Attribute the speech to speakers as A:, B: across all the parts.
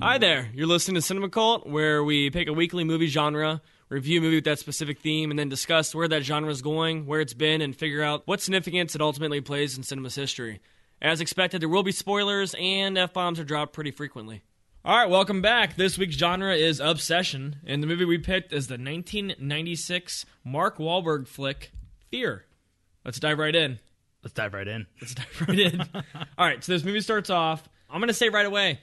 A: Hi there. You're listening to Cinema Cult, where we pick a weekly movie genre, review a movie with that specific theme, and then discuss where that genre is going, where it's been, and figure out what significance it ultimately plays in cinema's history. As expected, there will be spoilers, and F bombs are dropped pretty frequently. All right, welcome back. This week's genre is Obsession, and the movie we picked is the 1996 Mark Wahlberg flick, Fear. Let's dive right in.
B: Let's dive right in.
A: Let's dive right in. All right, so this movie starts off. I'm going to say right away,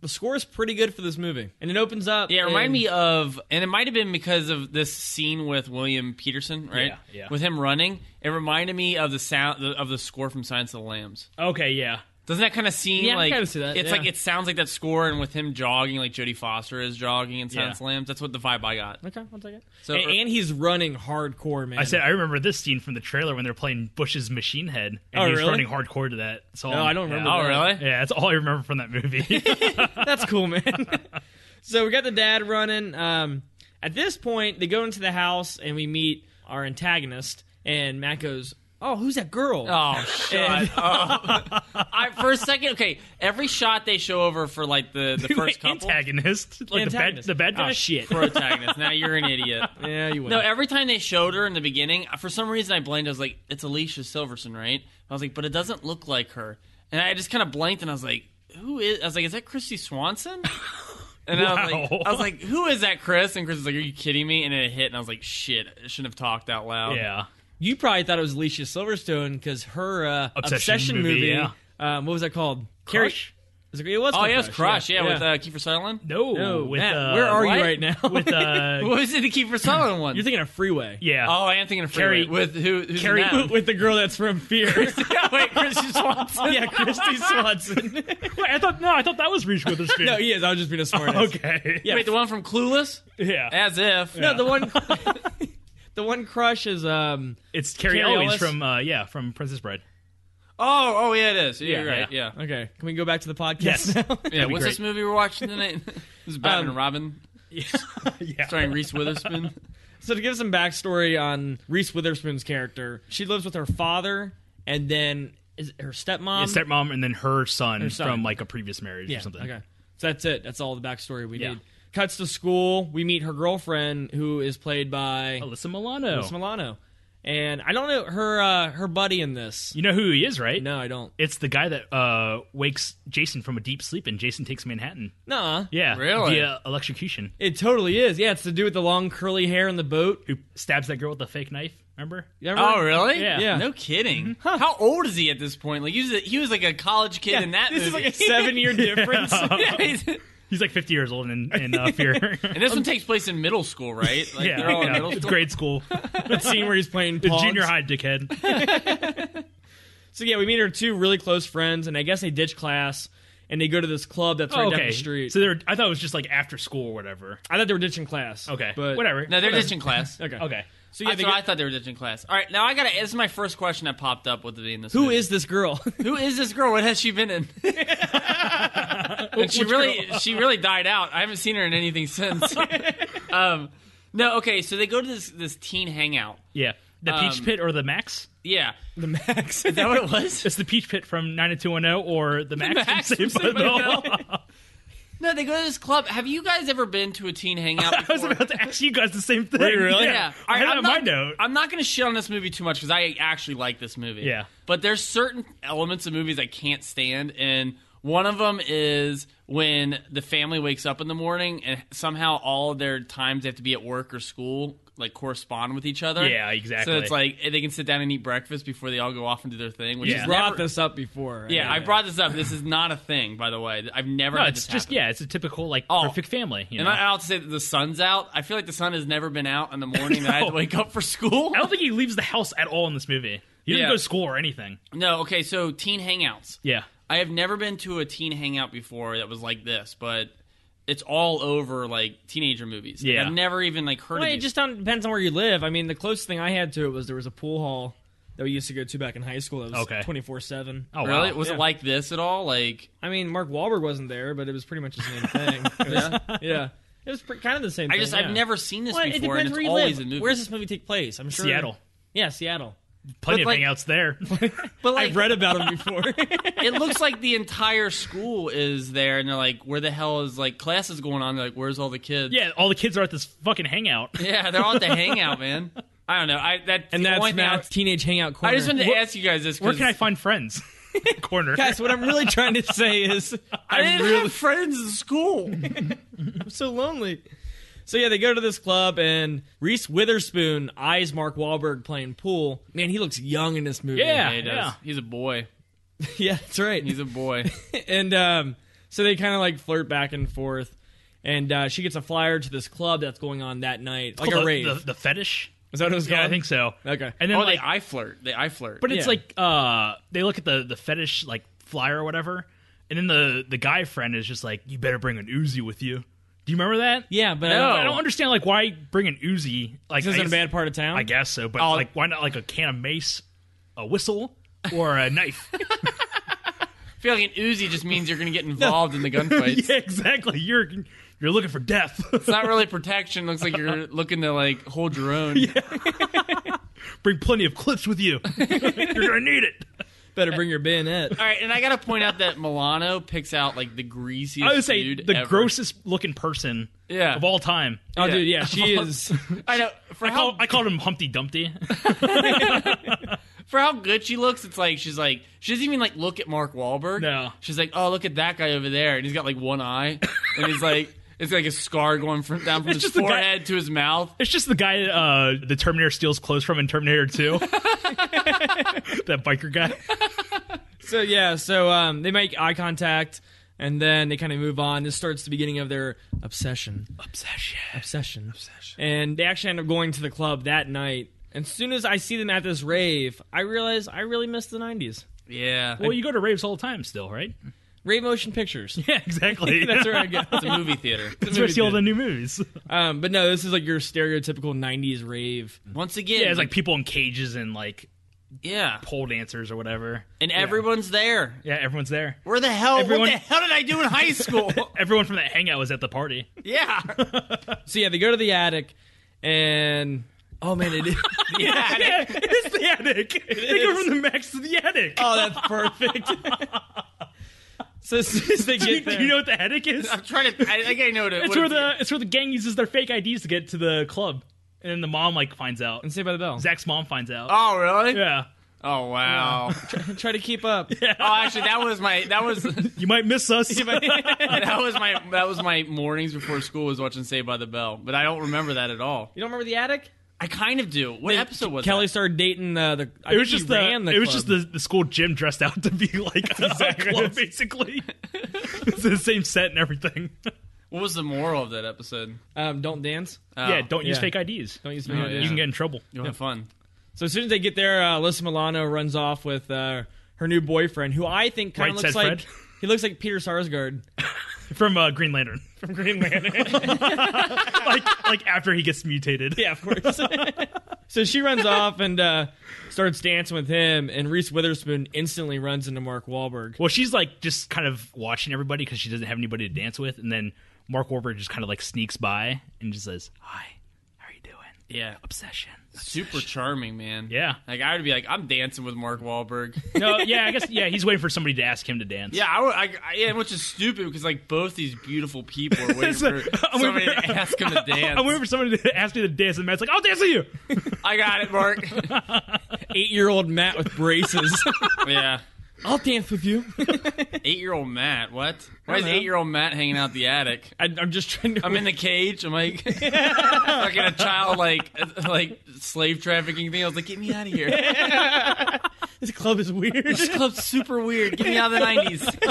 A: the score is pretty good for this movie. And it opens up.
C: Yeah, it reminded
A: and-
C: me of, and it might have been because of this scene with William Peterson, right?
B: Yeah, yeah.
C: With him running, it reminded me of the sound the, of the score from Silence of the Lambs.
B: Okay, yeah.
C: Doesn't that kind of seem
A: Yeah, I
C: like
A: kinda see that,
C: It's
A: yeah.
C: like it sounds like that score, and with him jogging, like Jodie Foster is jogging in Silence
B: Yeah.
C: of the Lambs. That's what the vibe I got.
A: Okay, one second.
C: So-
A: and, and he's running hardcore, man.
B: er- I said I remember this scene from the trailer when they're playing Bush's Machine Head, and
A: Oh,
B: he's
A: really?
B: running hardcore to that song.
A: No, I don't remember
B: Yeah.
C: Oh,
A: that.
C: really?
B: Yeah, that's all I remember from that movie.
A: That's cool, man. so we got the dad running. Um, at this point, they go into the house and we meet our antagonist. And Matt goes, "Oh, who's that girl?"
C: Oh shut up. I, for a second, okay. Every shot they show over for like the the first couple
B: antagonist, like
A: Antagonist.
B: the bad, the bad
A: Ah,
B: guy.
A: shit.
C: protagonist. Now you're an idiot.
A: yeah, you win.
C: No, e- every time they showed her in the beginning, for some reason I blanked. I was like, "It's Alicia Silverstone, right?" I was like, "But it doesn't look like her," and I just kind of blanked, and I was like, "Who is?" I was like, "Is that Christy Swanson?" And I was
B: Wow.
C: like, "I was like, who is that, Chris?" And Chris was like, "Are you kidding me?" And then it hit, and I was like, "Shit, I shouldn't have talked out loud."
B: Yeah,
A: you probably thought it was Alicia Silverstone because her uh,
B: Obsession
A: movie.
B: movie, yeah.
A: um, what was that called? Carrie-
B: Crush?
A: Is it, it was.
C: Oh
A: called
C: yeah, it was Crush. Yeah, with uh, Kiefer Sutherland.
B: No,
A: No,
B: with
A: Matt,
B: uh,
A: where are
C: what?
A: you right now?
B: with uh,
C: What was it? The Kiefer Sutherland one.
A: You're thinking of Freeway.
B: yeah,
C: Oh, I am thinking of Freeway.
B: Carrie-
C: with who? Who's in
B: Carrie-
C: that?
A: with the girl that's from Fear.
C: Wait, Christy Swanson.
A: yeah, Christy Swanson.
B: Wait, I thought no, I thought that was Reese Witherspoon.
A: no, he is. I was just being a smartass.
B: okay,
A: Yeah.
C: Wait, the one from Clueless.
B: yeah.
C: As if. Oh,
A: No, the one, the one crush is um.
B: It's Carrie,
A: Carrie
B: Elwes
A: Elwes?
B: from uh, yeah from Princess Bride.
C: Oh, oh yeah, it is. Yeah, you're right. Yeah.
A: Okay, can we go back to the podcast?
B: Yes.
A: now?
C: Yeah,
B: be
C: what's
B: great.
C: this movie we're watching tonight? this is Batman
A: Um,
C: and Robin,
B: yeah,
C: starring Reese Witherspoon.
A: so to give some backstory on Reese Witherspoon's character, she lives with her father and then is it her stepmom.
B: Yeah, stepmom and then her son,
A: Um, son.
B: from like a previous marriage
A: Yeah,
B: or something.
A: Okay, so that's it. That's all the backstory we
B: Yeah.
A: need. Cuts to school. We meet her girlfriend, who is played by
B: Alyssa Milano.
A: Miss Milano, and I don't know her uh, her buddy in this.
B: You know who he is, right?
A: No, I don't.
B: It's the guy that uh, wakes Jason from a deep sleep and Jason takes Manhattan.
A: Nah,
B: Yeah.
C: Really?
B: Via electrocution.
A: it totally is. Yeah, it's to do with the long curly hair in the boat.
B: Who stabs that girl with a fake knife, remember?
A: You ever-
C: Oh, really?
B: Yeah.
A: Yeah. Mm-hmm.
C: No kidding. How old is he at this point? Like he was, a, he was like a college kid in that
A: this
C: movie.
A: is like a seven year difference.
C: Yeah, he's-
B: He's like 50 years old in, in uh, Fear.
C: and this one takes place in middle school, right? Like
B: yeah.
C: they're all in
B: yeah.
C: middle
B: It's
C: school.
B: grade school.
A: that scene where he's playing
B: The
A: pogs.
B: junior high dickhead.
A: So yeah, we meet her two really close friends, and I guess they ditch class and they go to this club
C: Oh,
A: that's right down
B: okay.
A: the street.
B: So they're, I thought it was just like after school or whatever.
A: I thought they were ditching class.
B: Okay.
A: but
B: Whatever.
C: No, they're
B: Whatever.
C: just in class.
A: Okay.
B: Okay.
A: So yeah,
C: That's
A: they
C: what
A: go-
C: I thought they were ditching class. All right, now I gotta. This is my first question that popped up with being this.
A: who
C: movie.
A: is this girl?
C: who is this girl? What has she been in? and she really she really died out. I haven't seen her in anything since. um, no, okay, so they go to this this teen hangout.
B: Yeah. The Peach
C: Um,
B: Pit or the Max?
C: Yeah.
A: the Max.
C: Is that what it was?
B: It's the Peach Pit from 90210 or the Max,
C: Max
B: from
C: from
B: Saved by
C: Saved
B: the
C: by the
B: Bell.
C: No, they go to this club. Have you guys ever been to a teen hangout?
B: I was
C: before?
B: about to ask you guys the same thing.
A: Wait, really?
B: Yeah.
C: Yeah.
B: I had
C: All right,
B: it
C: I'm
B: on
C: not,
B: my note.
C: I'm not going to shit on this movie too much because I actually like this movie.
B: Yeah.
C: But there's certain elements of movies I can't stand, and one of them is when the family wakes up in the morning and somehow all of their times they have to be at work or school like correspond with each other.
B: Yeah, exactly.
C: So it's like they can sit down and eat breakfast before they all go off and do their thing, which
B: Yeah.
C: is
A: brought
C: never-
A: this up before.
C: Yeah, I brought this up. This is not a thing, by the way. I've never.
B: No,
C: had
B: it's
C: this
B: just
C: happen.
B: yeah, it's a typical like
C: Oh.
B: perfect family. You
C: And
B: know?
C: I, I have to say that the sun's out. I feel like the sun has never been out in the morning that I had to
B: No.
C: wake up for school.
B: I don't think he leaves the house at all in this movie. He doesn't
C: Yeah.
B: go to school or anything.
C: No, okay, so teen hangouts.
B: Yeah.
C: I have never been to a teen hangout before that was like this, but it's all over like teenager movies. Like,
B: Yeah.
C: I've never even like heard
A: Well,
C: of
A: it
C: these.
A: just don't- depends on where you live. I mean, the closest thing I had to it was there was a pool hall that we used to go to back in high school. That was
B: Okay.
A: twenty four seven.
B: Oh
C: really?
B: wow.
C: Was
A: Yeah.
C: it like this at all? Like
A: I mean, Mark Wahlberg wasn't there, but it was pretty much the same thing. It was- yeah. it was pre- kind of the same.
C: I
A: thing,
C: just
A: yeah.
C: I've never seen this
A: Well, it
C: before and
A: depends
C: it's
A: where you
C: always
A: live.
C: in movies.
A: Where does this movie take place? I'm sure
B: Seattle.
A: Yeah, Seattle.
B: Plenty
C: But, like-
B: of hangouts there.
C: But like,
A: I've read about them before.
C: it looks like the entire school is there, and they're like, "Where the hell is like classes going on?" They're like, "Where's all the kids?"
B: yeah, all the kids are at this fucking hangout.
C: yeah, they're all at the hangout, man. I don't know. I that
A: and that's
C: only thing I-
A: Matt's teenage hangout corner.
C: I just wanted to ask you guys this.
B: Where
C: 'cause
B: can I find friends? Corner.
A: Guys, what I'm really trying to say is
C: I
A: I'm
C: didn't
A: really
C: have friends in school.
A: so lonely. So yeah, they go to this club and Reese Witherspoon eyes Mark Wahlberg playing pool. Man, he looks young in this movie.
B: Yeah.
C: he does. He's a boy.
A: yeah, that's right.
C: He's a boy.
A: and um, so they kind of like flirt back and forth. And uh, she gets a flyer to this club that's going on that night, like
B: Called
A: a
B: the,
A: rave.
B: The, the fetish.
A: Is that what it was
B: Yeah,
A: called?
B: I think so.
A: Okay.
B: And then
C: oh,
B: like,
C: they eye flirt. They eye flirt.
B: but it's
A: yeah.
B: like uh, they look at the the fetish like flyer or whatever, and then the the guy friend is just like, "You better bring an Uzi with you." Do you remember that?
A: Yeah, but I
B: I don't,
A: don't-
B: I don't understand like why bring an Uzi. Like
A: Oh. This
B: I
A: isn't a
B: guess-
A: bad part of town.
B: I guess so, but like why not like a can of mace, a whistle, or a knife?
C: I feel like an Uzi just means you're going to get involved in the gunfights.
B: yeah, exactly. You're you're looking for death.
C: It's not really protection. Looks like you're looking to like hold your own.
B: Bring plenty of clips with you. you're gonna need it.
A: Better bring your bayonet.
C: All right, and I gotta point out that Milano picks out like the greasiest.
B: I would say
C: dude
B: the
C: ever.
B: grossest looking person
C: Yeah.
B: of all time.
A: Oh,
C: Yeah.
A: dude, yeah, she is.
C: I know for
B: I,
C: how
B: call, I called him Humpty Dumpty.
C: for how good she looks. It's like she's like she doesn't even like look at Mark Wahlberg.
B: No.
C: she's like, oh look at that guy over there, and he's got like one eye, and he's like it's like a scar going from down from
B: It's
C: his
B: just the guy-
C: forehead to his mouth.
B: It's just the guy uh, the Terminator steals clothes from in Terminator 2. that biker guy.
A: So yeah, so um, they make eye contact, and then they kind of move on. This starts the beginning of their obsession.
B: Obsession.
A: obsession. And they actually end up going to the club that night. And as soon as I see them at this rave, I realize I really miss the 90s.
C: Yeah,
B: Well, you go to raves all the time still, right?
A: Rave motion pictures.
B: Yeah, exactly.
A: That's where I go.
C: it's a movie theater.
B: That's where I see all the new movies.
A: Um, but no, this is like your stereotypical 90s rave.
C: Once again,
B: Yeah, it's like people in cages and like
C: yeah,
B: pole dancers or whatever.
C: and everyone's there.
B: Yeah, everyone's there.
C: Where the hell?
B: Everyone-
C: What the hell did I do in high school?
B: Everyone from that hangout was at the party.
C: yeah,
A: So yeah, they go to the attic and. Oh man, it is.
C: yeah.
B: it's the attic. they go from the max to the attic.
A: Oh, that's perfect. so as soon as they
B: do, you,
A: get
B: do
A: there.
B: you know what the attic is?
C: I'm trying to. I think I know what it.
B: It's
C: what
B: where
C: it-
B: the it's where the gang uses their fake IDs to get to the club, and then the mom like finds out.
A: and say by the bell.
B: Zach's mom finds out.
C: Oh really?
B: Yeah,
C: Oh wow.
A: Try to keep up.
C: Oh, actually, that was my that was that
B: you might miss us.
C: was my that was my mornings before school was watching Saved by the Bell, but I don't remember that at all.
A: You don't remember the attic?
C: I kind of do. What episode was
A: Kelly started dating uh, the. I
B: It
A: think
B: was just
A: he
B: the,
A: ran the
B: it was
A: club.
B: just the, the school gym dressed out to be like a club, basically. it's the same set and everything.
C: that? What was the moral of that episode?
A: Um, don't dance.
C: Oh,
B: yeah, don't use
A: yeah.
B: fake IDs.
A: Don't use
C: Oh,
A: me.
C: yeah.
B: You can get in trouble.
C: You'll have fun.
A: So as soon as they get there, uh, Alyssa Milano runs off with uh, her new boyfriend, who I think kind
B: Right
A: of
B: said
A: looks like
B: Fred.
A: he looks like Peter Sarsgaard.
B: From uh, Green Lantern. From Green Lantern. like like after he gets mutated.
A: Yeah, of course. so she runs off and uh, starts dancing with him, and Reese Witherspoon instantly runs into Mark Wahlberg.
B: Well, she's like just kind of watching everybody because she doesn't have anybody to dance with, and then Mark Wahlberg just kind of like sneaks by and just says, "Hi, how are you doing?"
C: Yeah,
B: Obsession.
C: super charming man.
B: Yeah.
C: like I would be like, I'm dancing with Mark Wahlberg.
B: No, yeah, I guess yeah, he's waiting for somebody to ask him to dance.
C: Yeah, I, would- I, I- yeah, which is stupid because like both these beautiful people are waiting
B: So-
C: for
B: I'm
C: somebody
B: waiting for-
C: to ask him to dance.
B: I'm waiting for somebody to ask me to dance, and Matt's like, "I'll dance with you."
C: I got it, Mark.
A: Eight-year-old Matt with braces.
C: yeah,
A: I'll dance with you.
C: eight-year-old Matt. What? Why is
A: know.
C: eight-year-old Matt hanging out the attic?
A: I, I'm just trying to.
C: I'm in the cage. I'm like fucking a child, like uh, like slave trafficking thing. I was like, get me out of here.
A: this club is weird.
C: This club's super weird. Get me out of the nineties.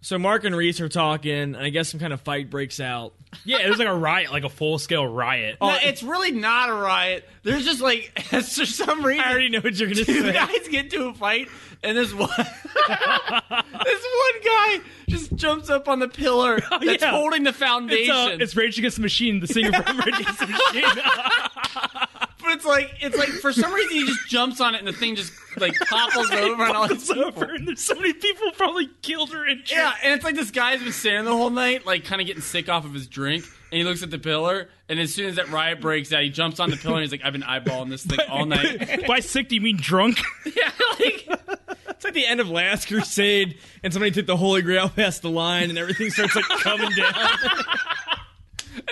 A: so Mark and Reese are talking, and I guess some kind of fight breaks out.
B: yeah, it was like a riot, like a full scale riot.
C: it's really not a riot. There's just like for some reason.
A: I already know what you're gonna
C: Two
A: say.
C: guys get into a fight, and this one, this one guy just jumps up on the pillar that's
B: Oh, yeah.
C: holding the
B: it's,
C: foundation.
B: uh, it's Rage Against the Machine, the singer from Rage Against the Machine.
C: but it's like it's like for some reason he just jumps on it and the thing just like topples over and all
B: It's
C: these
B: over, and there's so many people probably killed her in
C: Yeah, and it's like this guy's been standing the whole night, like kind of getting sick off of his drink, and he looks at the pillar, and as soon as that riot breaks out, he jumps on the pillar and he's like, I've been eyeballing this thing all night.
B: By sick, do you mean drunk?
C: yeah, like
A: It's like the end of Last Crusade, and somebody took the Holy Grail past the line, and everything starts like coming down.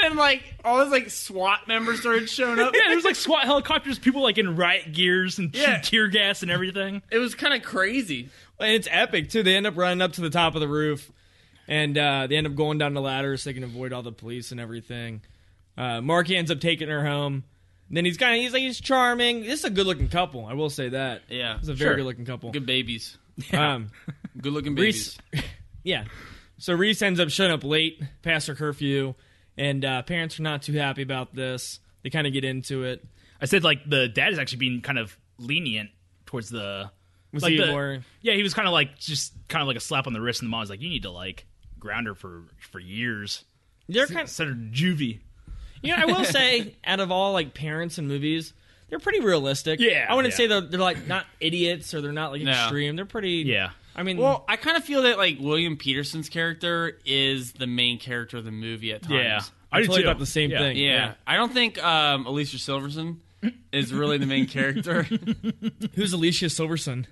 C: and like all those like SWAT members started showing up.
B: yeah, there's like SWAT helicopters, people like in riot gears and
C: Yeah.
B: tear gas and everything.
C: It was kind of crazy.
A: And it's epic too. They end up running up to the top of the roof, and uh, they end up going down the ladder so they can avoid all the police and everything. Uh, Mark ends up taking her home. And then he's kind of he's like he's charming. This is a good looking couple. I will say that.
C: Yeah,
A: it's a very
B: Sure.
A: good looking couple.
C: good babies,
A: Um,
C: good looking
A: Reese,
C: babies.
A: yeah. So Reese ends up showing up late, past her curfew, and uh, parents are not too happy about this. They kind of get into it.
B: I said like the dad is actually being kind of lenient towards the.
A: Was
B: like
A: he
B: the-
A: more-
B: Yeah, he was kind of like just kind of like a slap on the wrist, and the mom's like, "You need to like ground her for for years."
A: They're kind
B: Send her to juvie.
A: You know, I will say, out of all like parents and movies, they're pretty realistic.
B: Yeah,
A: I wouldn't
B: yeah.
A: say they're, they're like not idiots or they're not like
C: No.
A: extreme. They're pretty.
B: Yeah.
A: I mean,
C: Well, I kind of feel that like William Peterson's character is the main character of the movie at times.
B: Yeah,
A: I
B: do
A: totally
B: too.
A: thought the same
B: Yeah.
A: thing.
C: Yeah. I don't think um, Alicia Silverson is really the main character.
A: Who's Alicia Silverson?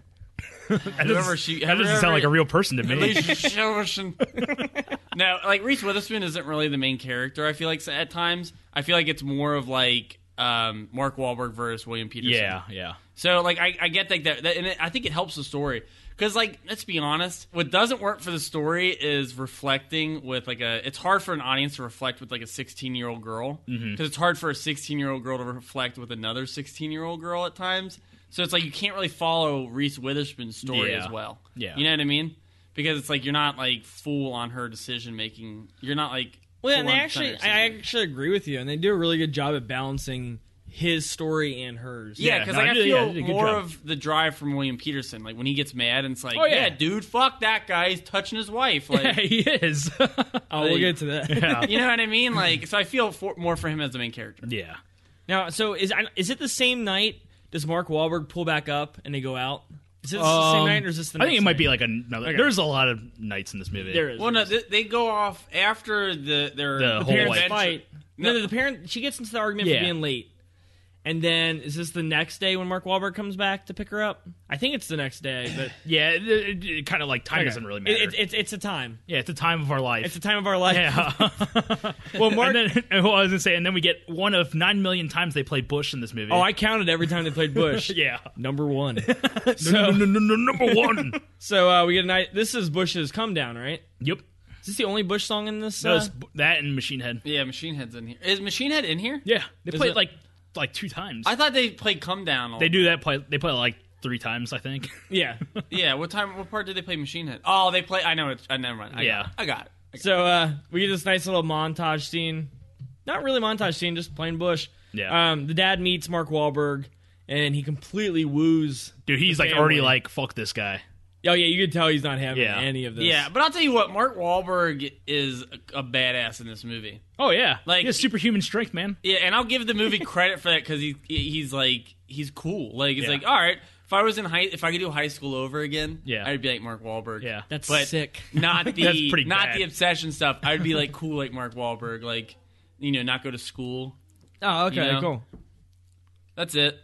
B: That
C: Whoever
B: doesn't-
C: she-
B: that doesn't sound like a real person to me.
C: Alicia Silverson. no, like Reese Witherspoon isn't really the main character. I feel like so at times I feel like it's more of like um, Mark Wahlberg versus William Peterson.
B: yeah, yeah.
C: So like I, I get like that, that and it, I think it helps the story because like let's be honest, what doesn't work for the story is reflecting with like a. It's hard for an audience to reflect with like a 16 year old girl because
B: Mm-hmm.
C: it's hard for a 16 year old girl to reflect with another 16 year old girl at times. So it's like you can't really follow Reese Witherspoon's story
B: Yeah.
C: as well.
B: Yeah.
C: you know what I mean? Because it's like you're not like full on her decision making. You're not like
A: Well, and
C: full
A: they
C: on
A: actually,
C: center
A: I
C: decision.
A: actually agree with you, and they do a really good job at balancing his story and hers.
B: Yeah,
C: Yeah, because
B: no,
C: like,
B: I
C: I
B: did- yeah, I
C: feel
B: did a good
C: more
B: job.
C: of the drive from William Peterson. Like when he gets mad and it's like,
B: Oh,
C: yeah.
B: yeah.
C: dude, fuck that guy. He's touching his wife.
B: Yeah,
C: Like,
B: he is.
A: Oh, we'll get to that.
B: yeah.
C: you know what I mean? Like, so I feel for, more for him as the main character.
B: yeah.
A: Now, so is I- is it the same night? Does Mark Wahlberg pull back up and they go out? Is this the same
B: Um,
A: night or is this the?
B: I
A: Next
B: think it might be
A: night?
B: like another.
A: Okay.
B: There's a lot of nights in this movie.
A: There is.
C: Well, no, th- they go off after the their
B: The whole,
A: parents
B: like-
C: adventure.
A: fight. No,
C: No.
A: the parent she gets into the argument
B: Yeah.
A: for being late, and then is this the next day when Mark Wahlberg comes back to pick her up? I think it's the next day, but
B: Yeah, it, kind of like time doesn't really matter.
A: It, it, it's it's a time.
B: yeah, it's a time of our life.
A: It's a time of our life.
B: yeah.
A: Well, Mark.
B: and then and what I was gonna say, and then we get one of nine million times they play Bush in this movie.
A: oh, I counted every time they played Bush.
B: yeah.
A: Number one. so
B: number one.
A: so uh, we get a night. This is Bush's come down, right?
B: yep.
A: Is this the only Bush song in this?
B: That,
A: uh,
B: was, that and Machine Head.
C: Yeah, Machine Head's in here. Is Machine Head in here?
B: Yeah, they
A: Is
B: played
A: it-
B: like like two times.
C: I thought they played Come Down. all-
B: they do that. Play they play like three times, I think.
A: yeah.
C: Yeah. What time? What part did they play Machine Head? Oh, they play. I know. It's, I never mind. I
B: Yeah.
C: Got it. I got it. I got it.
A: So uh, we get this nice little montage scene. Not really montage scene, just plain Bush.
B: Yeah.
A: Um, the dad meets Mark Wahlberg, and he completely woos
B: Dude, he's like
A: Family.
B: already like fuck this guy.
A: Oh yeah, you could tell he's not having
B: Yeah.
A: any of this.
C: Yeah, but I'll tell you what, Mark Wahlberg is a, a badass in this movie.
B: Oh yeah,
C: Like-
B: he has superhuman strength, man.
C: Yeah, and I'll give the movie credit for that because he he's like he's cool. Like it's
B: Yeah.
C: like all right, if I was in high, if I could do high school over again,
B: Yeah.
C: I'd be like Mark Wahlberg.
B: Yeah.
A: that's
C: But-
A: sick.
C: not the
B: That's pretty
C: not
B: bad.
C: the obsession stuff. I'd be like cool like Mark Wahlberg, like you know, not go to school.
A: Oh, okay,
C: You know?
A: cool.
C: That's it.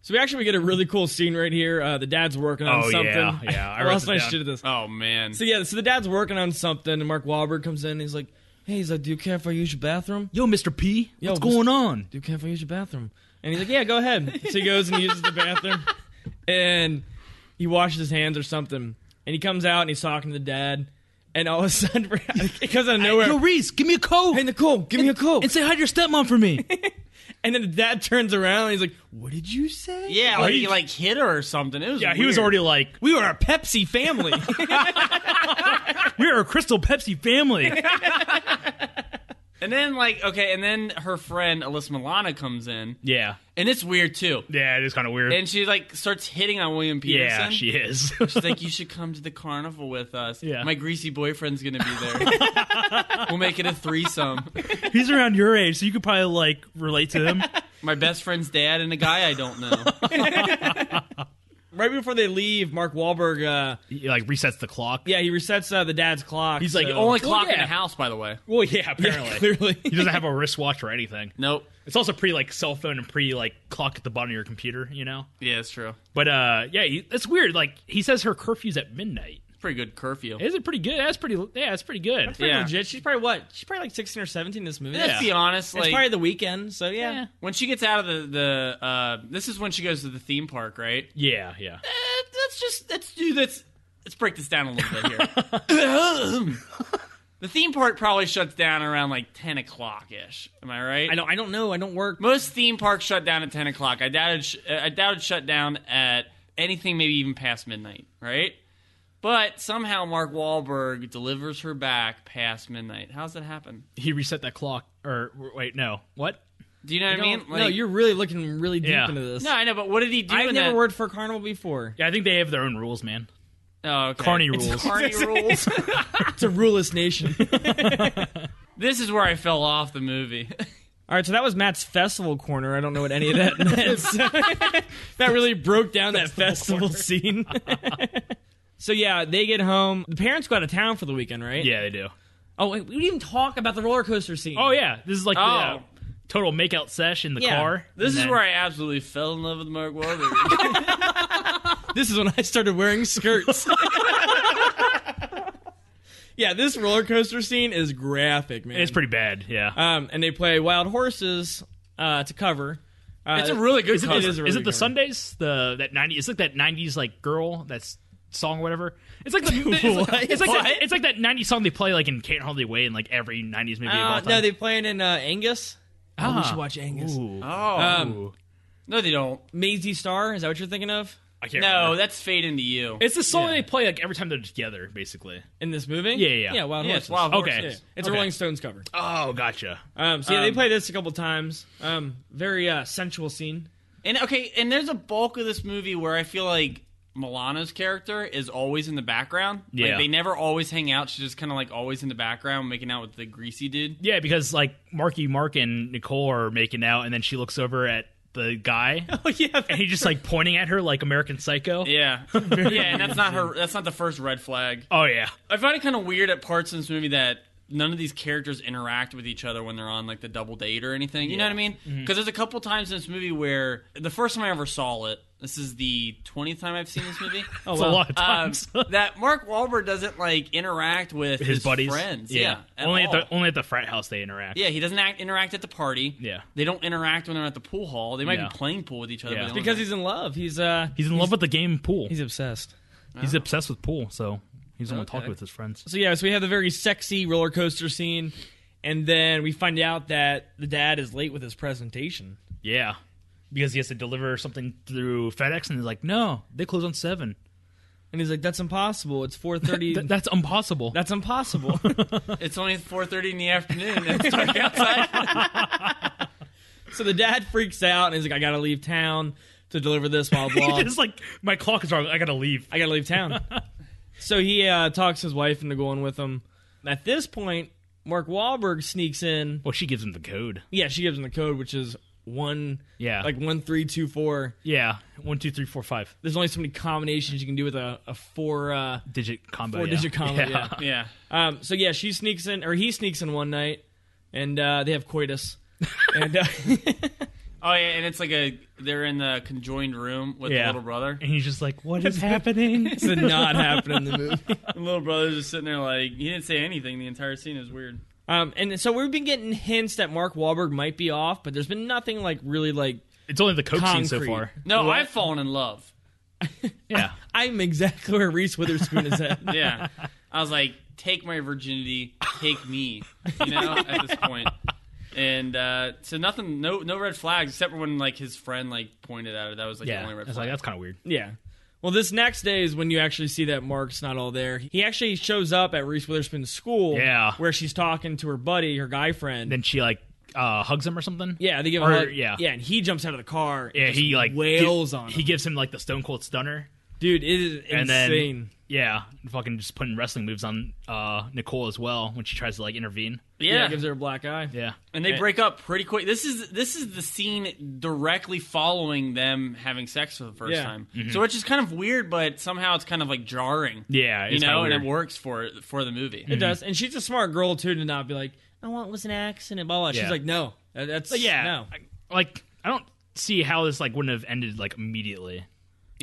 A: So we actually get a really cool scene right here. Uh, the dad's working on
B: Oh,
A: something.
B: yeah, yeah, I
A: I
B: wrote
A: lost
B: this
A: my
B: down.
A: shit at this.
C: Oh man.
A: So yeah, so the dad's working on something, and Mark Wahlberg comes in. And he's like, "Hey, he's like, do you care if I use your bathroom?
B: Yo, Mister P,
A: Yo,
B: what's
A: Mr.
B: going on?
A: Do you care if I use your bathroom?" And he's like, "Yeah, go ahead." So he goes and uses the bathroom, and he washes his hands or something, and he comes out and he's talking to the dad, and all of a sudden, it comes out of nowhere.
B: Reese, give me a coat
A: Hey Nicole, give me a call.
B: say hi to your stepmom for me.
A: And then the dad turns around and he's like, What did you say?
C: yeah, like
B: he-
C: he like hit her or something. It was
B: yeah, he was
C: weird.
B: already like,
A: We were a Pepsi family.
B: we are a Crystal Pepsi family.
C: And then like okay, and then her friend Alyssa Milana comes in,
B: Yeah.
C: and it's weird too.
B: Yeah, it is kind of weird.
C: And she like starts hitting on William Peterson.
B: yeah, she is.
C: She's like, you should come to the carnival with us.
B: Yeah.
C: My greasy boyfriend's gonna be there. we'll make it a threesome.
B: He's around your age, so you could probably like relate to him.
C: My best friend's dad and a guy I don't know.
A: Right before they leave, Mark Wahlberg, uh,
B: he, like resets the clock.
A: yeah, he resets uh, the dad's clock.
B: He's like,
A: so-
C: Only
B: Well,
C: clock in
B: yeah.
C: the house, by the way.
A: well, "Oh." yeah, apparently,
B: Yeah,
A: clearly.
B: He doesn't have a wristwatch or anything.
C: Nope.
B: It's also pre like cell phone and pre like clock at the bottom of your computer, you know.
C: Yeah, it's true.
B: But uh, yeah, he, it's weird. Like he says her curfew's at midnight.
C: It's pretty good curfew.
B: Is it pretty good? That's pretty. Yeah, it's pretty good.
A: Pretty
C: Yeah.
A: legit. She's probably what? She's probably like sixteen or seventeen. in This movie.
C: Let's
B: Yeah.
C: be honest,
A: It's
C: like
A: probably the weekend. So yeah.
B: Yeah.
C: when she gets out of the the uh, this is when she goes to the theme park, right?
B: Yeah, yeah.
C: Eh, let's just let's do this. Let's break this down a little bit here. the theme park probably shuts down around like ten o'clock ish. Am I right?
A: I don't. I don't know. I don't work.
C: Most theme parks shut down at ten o'clock. I doubt it sh- uh, I doubt it shut down at anything, maybe even past midnight. Right? But somehow Mark Wahlberg delivers her back past midnight. How's that happen?
B: He reset that clock. Or wait, no. What?
C: Do you know what I, mean?
A: no, you're really looking really deep
B: Yeah.
A: into this.
C: No, I know, but what did he do?
A: I've
C: in
A: never
C: that-
A: worked for a carnival before.
B: Yeah, I think they have their own rules, man.
C: Oh, okay.
B: Carney
C: It's
B: rules.
C: Carney rules.
A: It's a ruleless nation. All
C: This is where I fell off the movie.
A: right, so that was Matt's festival corner. I don't know what any of that meant. So- that really broke down that festival scene. so yeah, they get home. The parents go out of town for the weekend, right?
B: Yeah, they do.
A: Oh, wait, we didn't even talk about the roller coaster scene.
B: Oh yeah, this is like the uh,
C: Oh.
B: total makeout sesh in the
A: Yeah.
B: car.
C: This
B: and
C: is
B: then-
C: where I absolutely fell in love with Mark Wahlberg.
A: This is when I started wearing skirts. yeah, this roller coaster scene is graphic, man.
B: it's pretty bad. Yeah.
A: Um, and they play Wild Horses uh, to cover. Uh,
C: it's a really good
A: Is it-
C: cover.
A: it is a really
B: is it the
A: good one.
B: Sundays? The that ninety? It's like that nineties like girl that's song or whatever. It's like the it's
A: What?
B: like, it's like, that,
A: What?
B: it's like that '90s song they play like in Can't Hardly Wait in like every nineties movie. of all
A: Uh,
B: time.
A: no, they play it in uh, Angus. Oh, we
B: Ah.
A: should watch Angus.
B: Ooh.
C: oh
A: Um,
C: no, they don't.
A: Maisie Star, is that what you're thinking of
B: I can't
C: No,
B: remember.
C: that's Fade into You.
B: it's the song they play like every time they're together, basically.
A: in this movie?
B: Yeah, yeah, yeah.
A: yeah. Wild
C: Yeah,
A: Horses.
C: it's Wild
B: Okay.
A: Yeah,
C: Horses.
A: it's a
B: Okay.
A: Rolling Stones cover.
B: Oh, gotcha.
A: Um, so yeah, they play this a couple times. Um, very uh, sensual scene.
C: And okay, and there's a bulk of this movie where I feel like Milana's character is always in the background.
B: Yeah.
C: Like they never always hang out. She's just kind of like always in the background making out with the greasy dude.
B: Yeah, because like Marky Mark and Nicole are making out, and then she looks over at the guy,
A: Oh yeah,
B: and he's just like pointing at her like American Psycho.
C: Yeah. yeah, and that's not her that's not the first red flag.
B: Oh yeah.
C: I find it kind of weird at parts in this movie that none of these characters interact with each other when they're on like the double date or anything. You know what I mean? Because there's a couple times in this movie where the first time I ever saw it, this is the 20th time I've seen this movie.
A: oh,
B: It's
A: well.
B: a lot of
C: Um,
B: times.
C: that Mark Wahlberg doesn't like interact with his,
B: his buddies,
C: friends.
B: Yeah,
C: Yeah,
B: only
C: all.
B: at the only at the frat house they interact.
C: yeah, he doesn't act, interact at the party.
B: Yeah.
C: they don't interact when they're at the pool hall. They might
B: Yeah.
C: be playing pool with each other,
B: Yeah.
C: but they don't
A: because he's in love. He's uh,
B: He's in love with the game pool.
A: he's obsessed.
B: He's obsessed with pool, so he's only talking
C: Okay.
B: with his friends.
A: So yeah, so we have the very sexy roller coaster scene, and then we find out that the dad is late with his presentation.
B: Yeah, because he has to deliver something through FedEx, and he's like, "No, they close on seven.
A: And he's like, "That's impossible. It's 4:30.
B: Th- that's impossible."
A: That's impossible."
C: It's only 4:30 in the afternoon. And it's dark outside.
A: so the dad freaks out and he's like, "I gotta leave town to deliver this." Blah blah.
B: it's like my clock is wrong. I gotta leave.
A: I gotta leave town. so he uh, talks his wife into going with him. At this point, Mark Wahlberg sneaks in.
B: Well, she gives him the code.
A: Yeah, she gives him the code, which is one.
B: Yeah.
A: like one three two four.
B: Yeah, one, two, three, four, five
A: There's only so many combinations you can do with a, a four. Uh,
B: digit combo.
A: Four-digit
B: yeah.
A: combo, yeah.
C: yeah,
A: Um, so yeah, she sneaks in, or he sneaks in one night, and uh, they have coitus. and uh,
C: Oh yeah, and it's like a they're in the conjoined room with
B: Yeah.
C: the little brother.
B: And he's just like, "What is happening?"
A: this did not happen in the movie.
C: The little brother's just sitting there like he didn't say anything. The entire scene is weird.
A: Um, and so we've been getting hints that Mark Wahlberg might be off, but there's been nothing like really like
B: It's only the coke scene so
A: Concrete.
B: far.
C: No, I've fallen in love.
B: Yeah,
A: I'm exactly where Reese Witherspoon is at.
C: Yeah, I was like, take my virginity, take me. You know, at this point. And uh, so nothing, no, no red flags except for when like his friend like pointed at it. That was like the
B: yeah.
C: only red
B: It's
C: flag.
B: like that's kind of weird.
A: yeah. Well, this next day is when you actually see that Mark's not all there. He actually shows up at Reese Witherspoon's school,
B: Yeah.
A: where she's talking to her buddy, her guy friend.
B: Then she like uh, hugs him or something.
A: yeah, they give
B: Or-
A: a hug.
B: yeah.
A: yeah, and he jumps out of the car. and
B: yeah.
A: just
B: He like
A: wails
B: gi-
A: on him.
B: He gives him like the Stone Cold Stunner,
A: Dude, it is insane.
B: and then yeah, and fucking just putting wrestling moves on uh, Nicole as well when she tries to like intervene.
A: yeah.
C: Yeah,
A: gives her a black eye.
B: Yeah.
C: and they break up pretty quick. This is this is the scene directly following them having sex for the first
A: Yeah.
C: time. So which is kind of weird, but somehow it's kind of like jarring.
B: Yeah,
C: you
B: it's kinda
C: know, and it
B: weird.
C: works for for the movie.
A: It does, and she's a smart girl too to not be like, "I want was an accident." Blah blah. She's
B: Yeah.
A: like, "No, that- that's
B: But yeah,
A: no."
B: I- like I don't see how this like wouldn't have ended like immediately.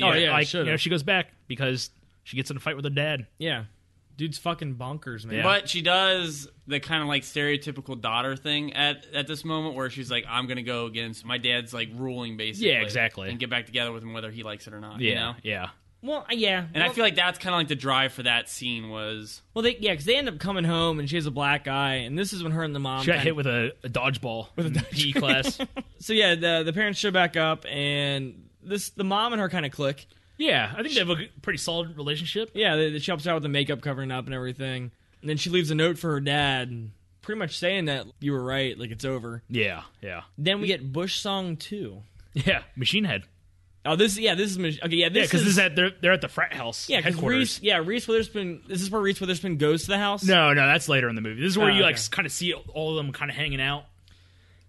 A: Oh, yeah, it
B: like you
A: should've.
B: know she goes back because she gets in a fight with her dad.
A: Yeah, dude's fucking bonkers, man.
B: Yeah.
C: But she does the kind of like stereotypical daughter thing at at this moment where she's like, I'm gonna go against my dad's like ruling basically.
B: Yeah, exactly.
C: And get back together with him whether he likes it or not.
B: Yeah,
C: You know?
B: yeah,
A: Well, yeah,
C: And
A: well,
C: I feel like that's kind of like the drive for that scene was
A: well, they, yeah, because they end up coming home, and she has a black eye, and this is when her and the mom
B: she got
A: kinda-
B: hit with a, a dodgeball with a PE class.
A: So yeah, the the parents show back up, and this the mom and her kind of click.
B: yeah, I think they have a g- pretty solid relationship.
A: Yeah, they, she helps out with the makeup covering up and everything, and then she leaves a note for her dad, and pretty much saying that you were right, like it's over.
B: Yeah, yeah,
A: Then we get Bush Song two.
B: yeah. Machine Head.
A: Oh, this yeah, this is mach- okay. Yeah,
B: Yeah,
A: this is
B: because this is at they're they're at the frat house.
A: Yeah, because
B: headquarters.
A: Reese. Yeah, Reese Witherspoon. This is where Reese Witherspoon goes to the house.
B: no, no, that's later in the movie. This is where
A: Oh,
B: you like
A: okay.
B: kind of see all of them kind of hanging out.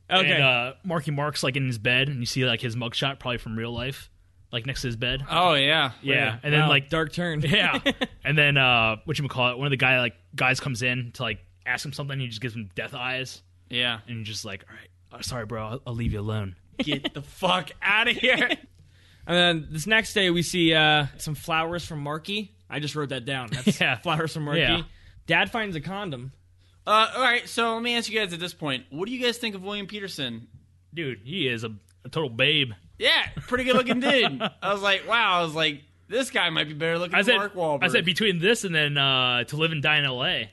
A: Okay.
B: And, uh, Marky Mark's like in his bed, and you see like his mugshot probably from real life, like next to his bed.
C: Oh yeah.
B: yeah, and then
A: Wow,
B: like
A: dark turn.
B: Yeah. and then uh what you call it, one of the guy like guys comes in to like ask him something, he just gives him death eyes
C: Yeah.
B: and you're just like, All right, uh, sorry bro, I'll, I'll leave you alone.
C: Get the fuck out of here.
A: and then this next day we see uh, some flowers from Marky. I just wrote that down. That's
B: Yeah.
A: flowers from Marky.
B: Yeah.
A: Dad finds a condom.
C: Uh, all right, so let me ask you guys at this point, what do you guys think of William Peterson?
B: Dude, he is a, a total babe.
C: Yeah, pretty good looking dude. I was like, wow. I was like, this guy might be better looking
B: I
C: than
B: said
C: Mark Wahlberg.
B: I said between this and then uh to live and die in LA.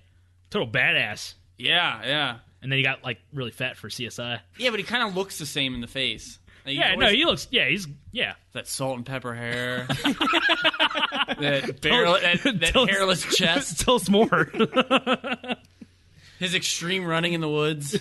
B: Total badass.
C: yeah, yeah,
B: And then he got like really fat for CSI.
C: yeah. But he kind of looks the same in the face. Like,
B: Yeah,
C: he's
B: no,
C: always-
B: he looks yeah, he's yeah.
C: that salt and pepper hair, that, barrel, that, that
B: Don't-
C: hairless chest,
B: Tell us more.
C: his extreme running in the woods.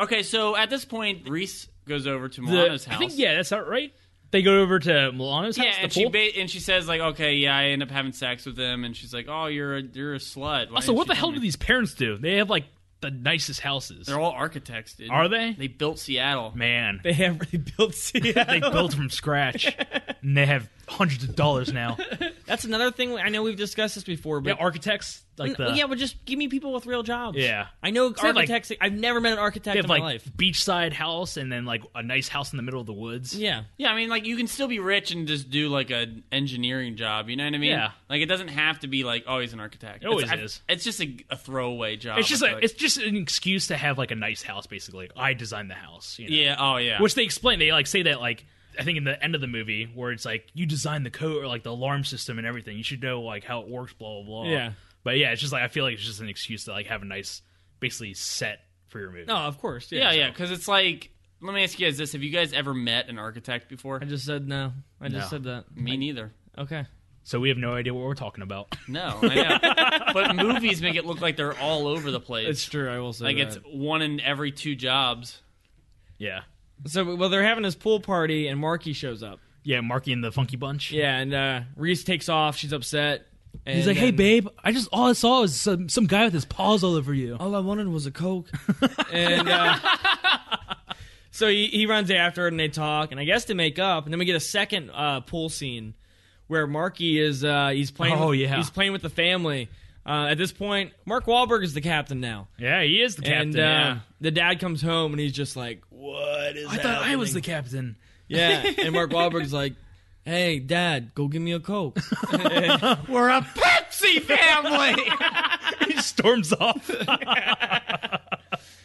C: okay, so at this point, Reese goes over to Milano's
B: I
C: house.
B: think yeah, that's not right. They go over to Milano's
C: Yeah,
B: house,
C: and
B: the
C: she
B: pool.
C: ba- and she says like, okay, yeah, I end up having sex with him, and she's like, oh, you're a you're a slut. Why
B: also,
C: didn't
B: what
C: you
B: the
C: tell
B: hell
C: me?"
B: do these parents do? They have like the nicest houses.
C: They're all architects, dude.
B: Are they?
C: They built Seattle.
B: Man,
A: They have really built
B: they built from scratch, and they have hundreds of dollars now.
A: That's another thing. I know we've discussed this before,
B: Yeah,
A: but
B: architects
C: Mm,
B: like the
A: Well, yeah, but just give me people with real jobs.
B: Yeah.
A: I know
B: They have, like-
A: architects. I've never met an architect
B: they
A: in
B: have
A: my
B: like
A: life.
B: beachside house, and then like a nice house in the middle of the woods.
A: Yeah.
C: Yeah, I mean, like you can still be rich and just do like an engineering job. You know what I mean?
B: Yeah.
C: Like it doesn't have to be like, oh, he's an architect.
B: It always
C: it's, I-
B: is.
C: it's just a, a throwaway job.
B: it's just
C: I
B: a,
C: feel like.
B: it's just an excuse to have like a nice house. Basically, I designed the house. You know?
C: yeah. Oh yeah.
B: which they explain. They like say that like. I think in the end of the movie, where it's like you designed the code or like the alarm system and everything, you should know like how it works, blah blah blah.
A: Yeah.
B: but yeah, it's just like I feel like it's just an excuse to like have a nice, basically set for your movie.
A: No, of course.
C: yeah,
A: Yeah.
C: yeah. Because it's like, let me ask you guys this: Have you guys ever met an architect before?
A: I just said no. I just
B: No.
A: said that.
C: Me neither.
A: Okay.
B: so we have no idea what we're talking about.
C: No, I know. but movies make it look like they're all over the place.
A: It's true. I will say
C: like
A: that.
C: it's one in every two jobs.
B: yeah,
A: So, well, they're having this pool party, and Marky shows up.
B: Yeah, Marky and the Funky Bunch.
A: Yeah, and uh, Reese takes off. She's upset. And
B: He's like, "Hey,
A: then-
B: babe, I just all I saw was some, some guy with his paws all over you."
A: All I wanted was a Coke. and uh, so he, he runs after her, and they talk, and I guess to make up. And then we get a second uh, pool scene where Marky is uh, he's playing.
B: Oh,
A: with,
B: yeah.
A: he's playing with the family. Uh, at this point, Mark Wahlberg is the captain now,
B: Yeah, he is the captain.
A: and uh,
B: yeah.
A: the dad comes home and he's just like, "What is?"
B: I thought I was the captain.
A: yeah, and Mark Wahlberg's like, "Hey, Dad, go give me a Coke."
C: We're a Pepsi family.
B: he storms off.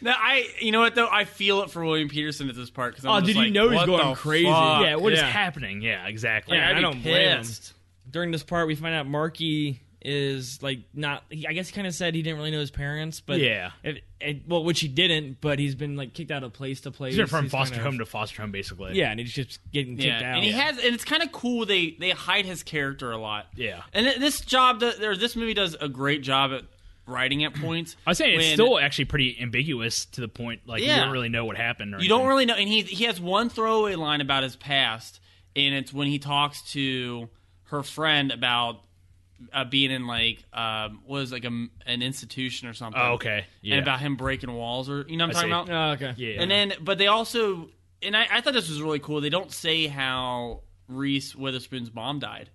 C: No, I. You know what though? I feel it for William Peterson at this part. Cause I'm
A: Oh,
C: just
A: did you
C: like,
A: know he's
C: what
A: going
C: the
A: crazy?
C: fuck?
B: yeah, what is
A: Yeah.
B: happening? Yeah, exactly.
A: Yeah,
C: I'd
A: I
C: be
A: don't blame him.
C: pissed.
A: During this part, we find out Marky is like not. He, I guess he kind of said he didn't really know his parents, but
B: Yeah.
A: if, it, well, which he didn't. But he's been like kicked out of place to place.
B: He's been from
A: He's
B: foster
A: kind of-
B: home to foster home, basically.
A: yeah, and he's just getting kicked
C: Yeah,
A: out.
C: and he has, and it's kind of cool. They they hide his character a lot.
B: Yeah.
C: and th- this job, does, or this movie does a great job at writing at points.
B: I was saying it's
C: when
B: still actually pretty ambiguous to the point like you
C: Yeah.
B: don't really know what happened. Or
C: You don't
B: anything.
C: really know, and he he has one throwaway line about his past, and it's when he talks to her friend about uh, being in like um, what was it, like a, an institution or something.
B: Oh, okay. Yeah.
C: and about him breaking walls or you know what I'm
B: I
C: talking
B: see.
C: about.
A: Oh, okay.
B: Yeah.
C: And then, but they also, and I, I thought this was really cool. They don't say how Reese Witherspoon's mom died.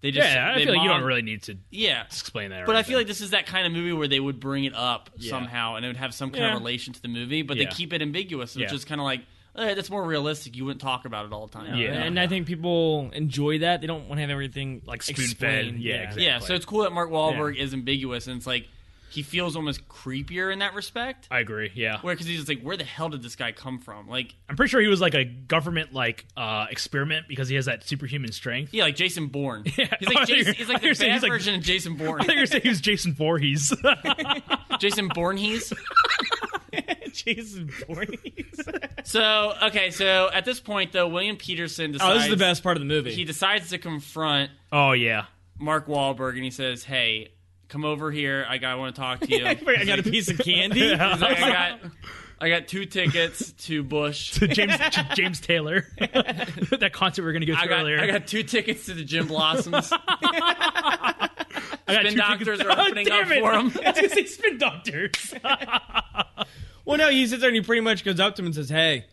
C: They just,
B: yeah, I
C: they
B: feel like you don't
C: mom-
B: really need to
C: yeah.
B: explain that. or
C: But I
B: anything.
C: feel like this is that kind of movie where they would bring it up
B: Yeah.
C: somehow, and it would have some kind
A: Yeah.
C: of relation to the movie. But
B: Yeah.
C: they keep it ambiguous, which
B: Yeah.
C: is kind of like eh, that's more realistic. You wouldn't talk about it all the time.
B: Yeah.
A: And I think people enjoy that. They don't want to have everything
B: Like spoon-fed.
A: spoon
B: Yeah, exactly.
C: yeah. So it's cool that Mark Wahlberg is ambiguous, and it's like he feels almost creepier in that respect.
B: I agree. Yeah,
C: Where because he's just like, where the hell did this guy come from? Like,
B: I'm pretty sure he was like a government like uh experiment because he has that superhuman strength.
C: yeah, like Jason Bourne.
B: Yeah.
C: He's
B: I
C: like
B: thought you
C: Jason,
B: were-
C: he's
B: I
C: like
B: thought you
C: the
B: were saying
C: bad
B: he's like-
C: version of Jason Bourne.
B: I thought you were saying he was Jason Voorhees.
C: Jason Voorhees.
A: Jason Voorhees.
C: So okay, so at this point though, William Peterson decides
A: Oh, this is the best part of the movie.
C: he decides to confront
B: oh yeah,
C: Mark Wahlberg and he says, "Hey, come over here. I got I want to talk to you. He's
A: I got a piece of candy.
C: like, I got I got two tickets to Bush.
B: to James to James Taylor. that concert we were gonna go to
C: I got
B: earlier.
C: I got two tickets to the Jim Blossoms.
B: I got
C: Spin
B: two
C: doctors
B: tickets-
C: are opening
B: oh,
C: up
B: damn it.
C: for Oh, him.
B: I was gonna say spin doctors.
A: well, no, he sits there and he pretty much goes up to him and says, "Hey,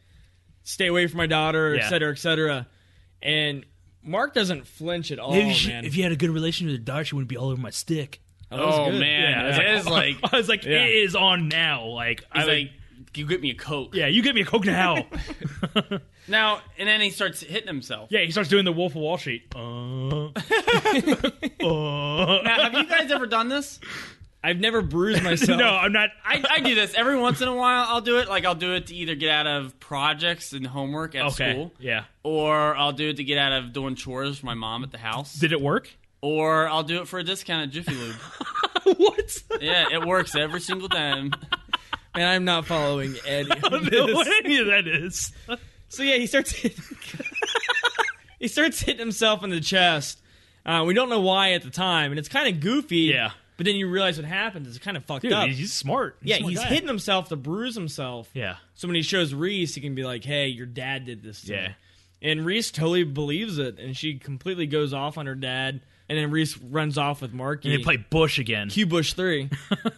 A: stay away from my daughter,"
B: Yeah.
A: et cetera, et cetera. And Mark doesn't flinch at all, man.
B: you had a good relationship with your daughter, she wouldn't be all over my stick.
A: that was
C: Oh
A: good.
C: man,
B: Yeah,
C: it is like
B: I was like,
A: Yeah.
B: it is on now. Like, I
C: he's
B: would-
C: like you get me a coke
B: yeah, you give me a coke now.
C: now, and then he starts hitting himself.
B: yeah, he starts doing the Wolf of Wall Street. Uh, uh.
C: Now, have you guys ever done this?
A: I've never bruised myself.
B: No, I'm not.
C: I, I do this every once in a while. I'll do it. Like I'll do it to either get out of projects and homework at
B: okay.
C: school,
B: Yeah.
C: or I'll do it to get out of doing chores for my mom at the house,
B: Did it work?
C: or I'll do it for a discount at Jiffy Lube.
B: what?
C: yeah, it works every single time.
A: and I'm not following any of
B: Oh, No,
A: this.
B: what any of that is?
A: So yeah, he starts hitting, he starts hitting himself in the chest. Uh, we don't know why at the time, and it's kind of goofy.
B: Yeah.
A: But then you realize what happens. It's kind of fucked
B: Dude,
A: up.
B: he's, he's smart.
A: yeah,
B: a smart
A: he's
B: guy.
A: hitting himself to bruise himself.
B: Yeah.
A: So when he shows Reese, he can be like, "Hey, your dad did this." To
B: Yeah.
A: me." And Reese totally believes it, and she completely goes off on her dad. And then Reese runs off with Marky.
B: And they play Bush again.
A: Q Bush Three.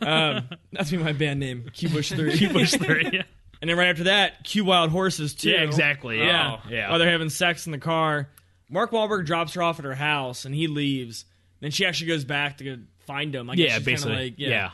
A: um, that's gonna be my band name, Q Bush Three.
B: Q Bush three.
A: and then right after that, Q Wild Horses Two.
B: Yeah, exactly. Yeah.
C: Oh.
B: yeah.
A: While they're having sex in the car, Mark Wahlberg drops her off at her house, and he leaves. Then she actually goes back to go find him. I guess
B: yeah,
A: she's kinda
B: basically.
A: Like,
B: yeah.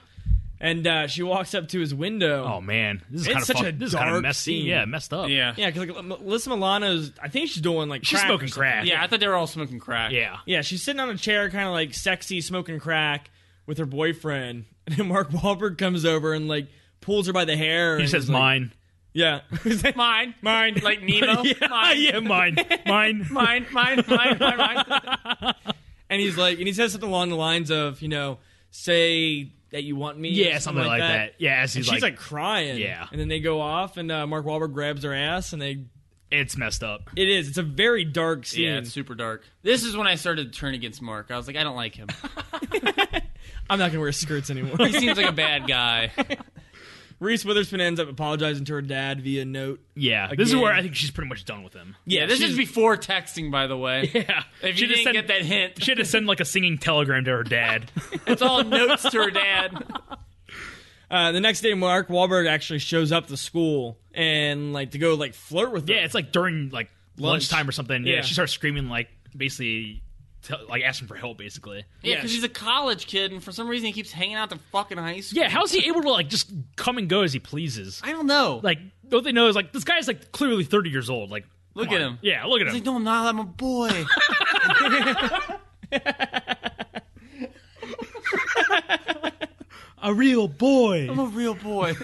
A: And uh, she walks up to his window.
B: Oh man, this is
A: It's
B: kind of
A: such a
B: This is kind of
A: dark
B: messy.
A: scene.
B: Yeah, messed up.
C: Yeah, yeah.
A: Yeah, because like, Melissa Milano's, I think she's doing like
B: she's
A: crack or
B: smoking
A: something.
B: crack.
C: I thought they were all smoking crack.
B: yeah.
A: Yeah, she's sitting on a chair, kind of like sexy, smoking crack with her boyfriend. And then Mark Wahlberg comes over and like pulls her by the hair.
B: He
A: and
B: says
A: is like-
B: mine.
A: Yeah. He's like,
C: mine,
A: Mine.
C: like Nemo,
B: yeah,
C: mine,
B: Ah, yeah, mine, mine.
C: mine, mine, mine, mine, mine.
A: and he's like, and he says something along the lines of, you know, say that you want me. or
B: Yeah, something like that. Yeah, as
A: And
B: he's
A: she's
B: like,
A: like, crying.
B: Yeah.
A: And then they go off, and uh, Mark Wahlberg grabs her ass, and they.
B: it's messed up.
A: It is. It's a very dark scene.
C: Yeah, it's super dark. This is when I started to turn against Mark. I was like, I don't like him.
A: I'm not gonna wear skirts anymore.
C: He seems like a bad guy.
A: Reese Witherspoon ends up apologizing to her dad via note.
B: Yeah, this is
A: Again.
B: where I think she's pretty much done with him.
C: Yeah, this
A: she's-
C: is before texting, by the way.
B: Yeah,
C: If
B: she
C: you
B: just
C: didn't
B: sent-
C: get that hint,
B: She had to send like a singing telegram to her dad.
C: it's all notes to her dad.
A: Uh, the next day, Mark Wahlberg actually shows up to school and like to go like flirt with her.
B: yeah, it's like during like
A: Lunch.
B: lunchtime or something. Yeah.
A: Yeah.
B: she starts screaming like basically, tell like asking for help basically.
C: Yeah,
A: Yeah.
C: because he's a college kid, and for some reason he keeps hanging out to fucking high school.
B: Yeah, how's he able to like just come and go as he pleases?
C: I don't know.
B: Like, don't they know is like this guy's like clearly thirty years old. Like,
C: Look
B: come
C: at
B: on.
C: him.
B: Yeah, look at
C: he's
B: him.
C: like, no, I'm not. I'm a boy.
B: a real boy.
C: I'm a real boy.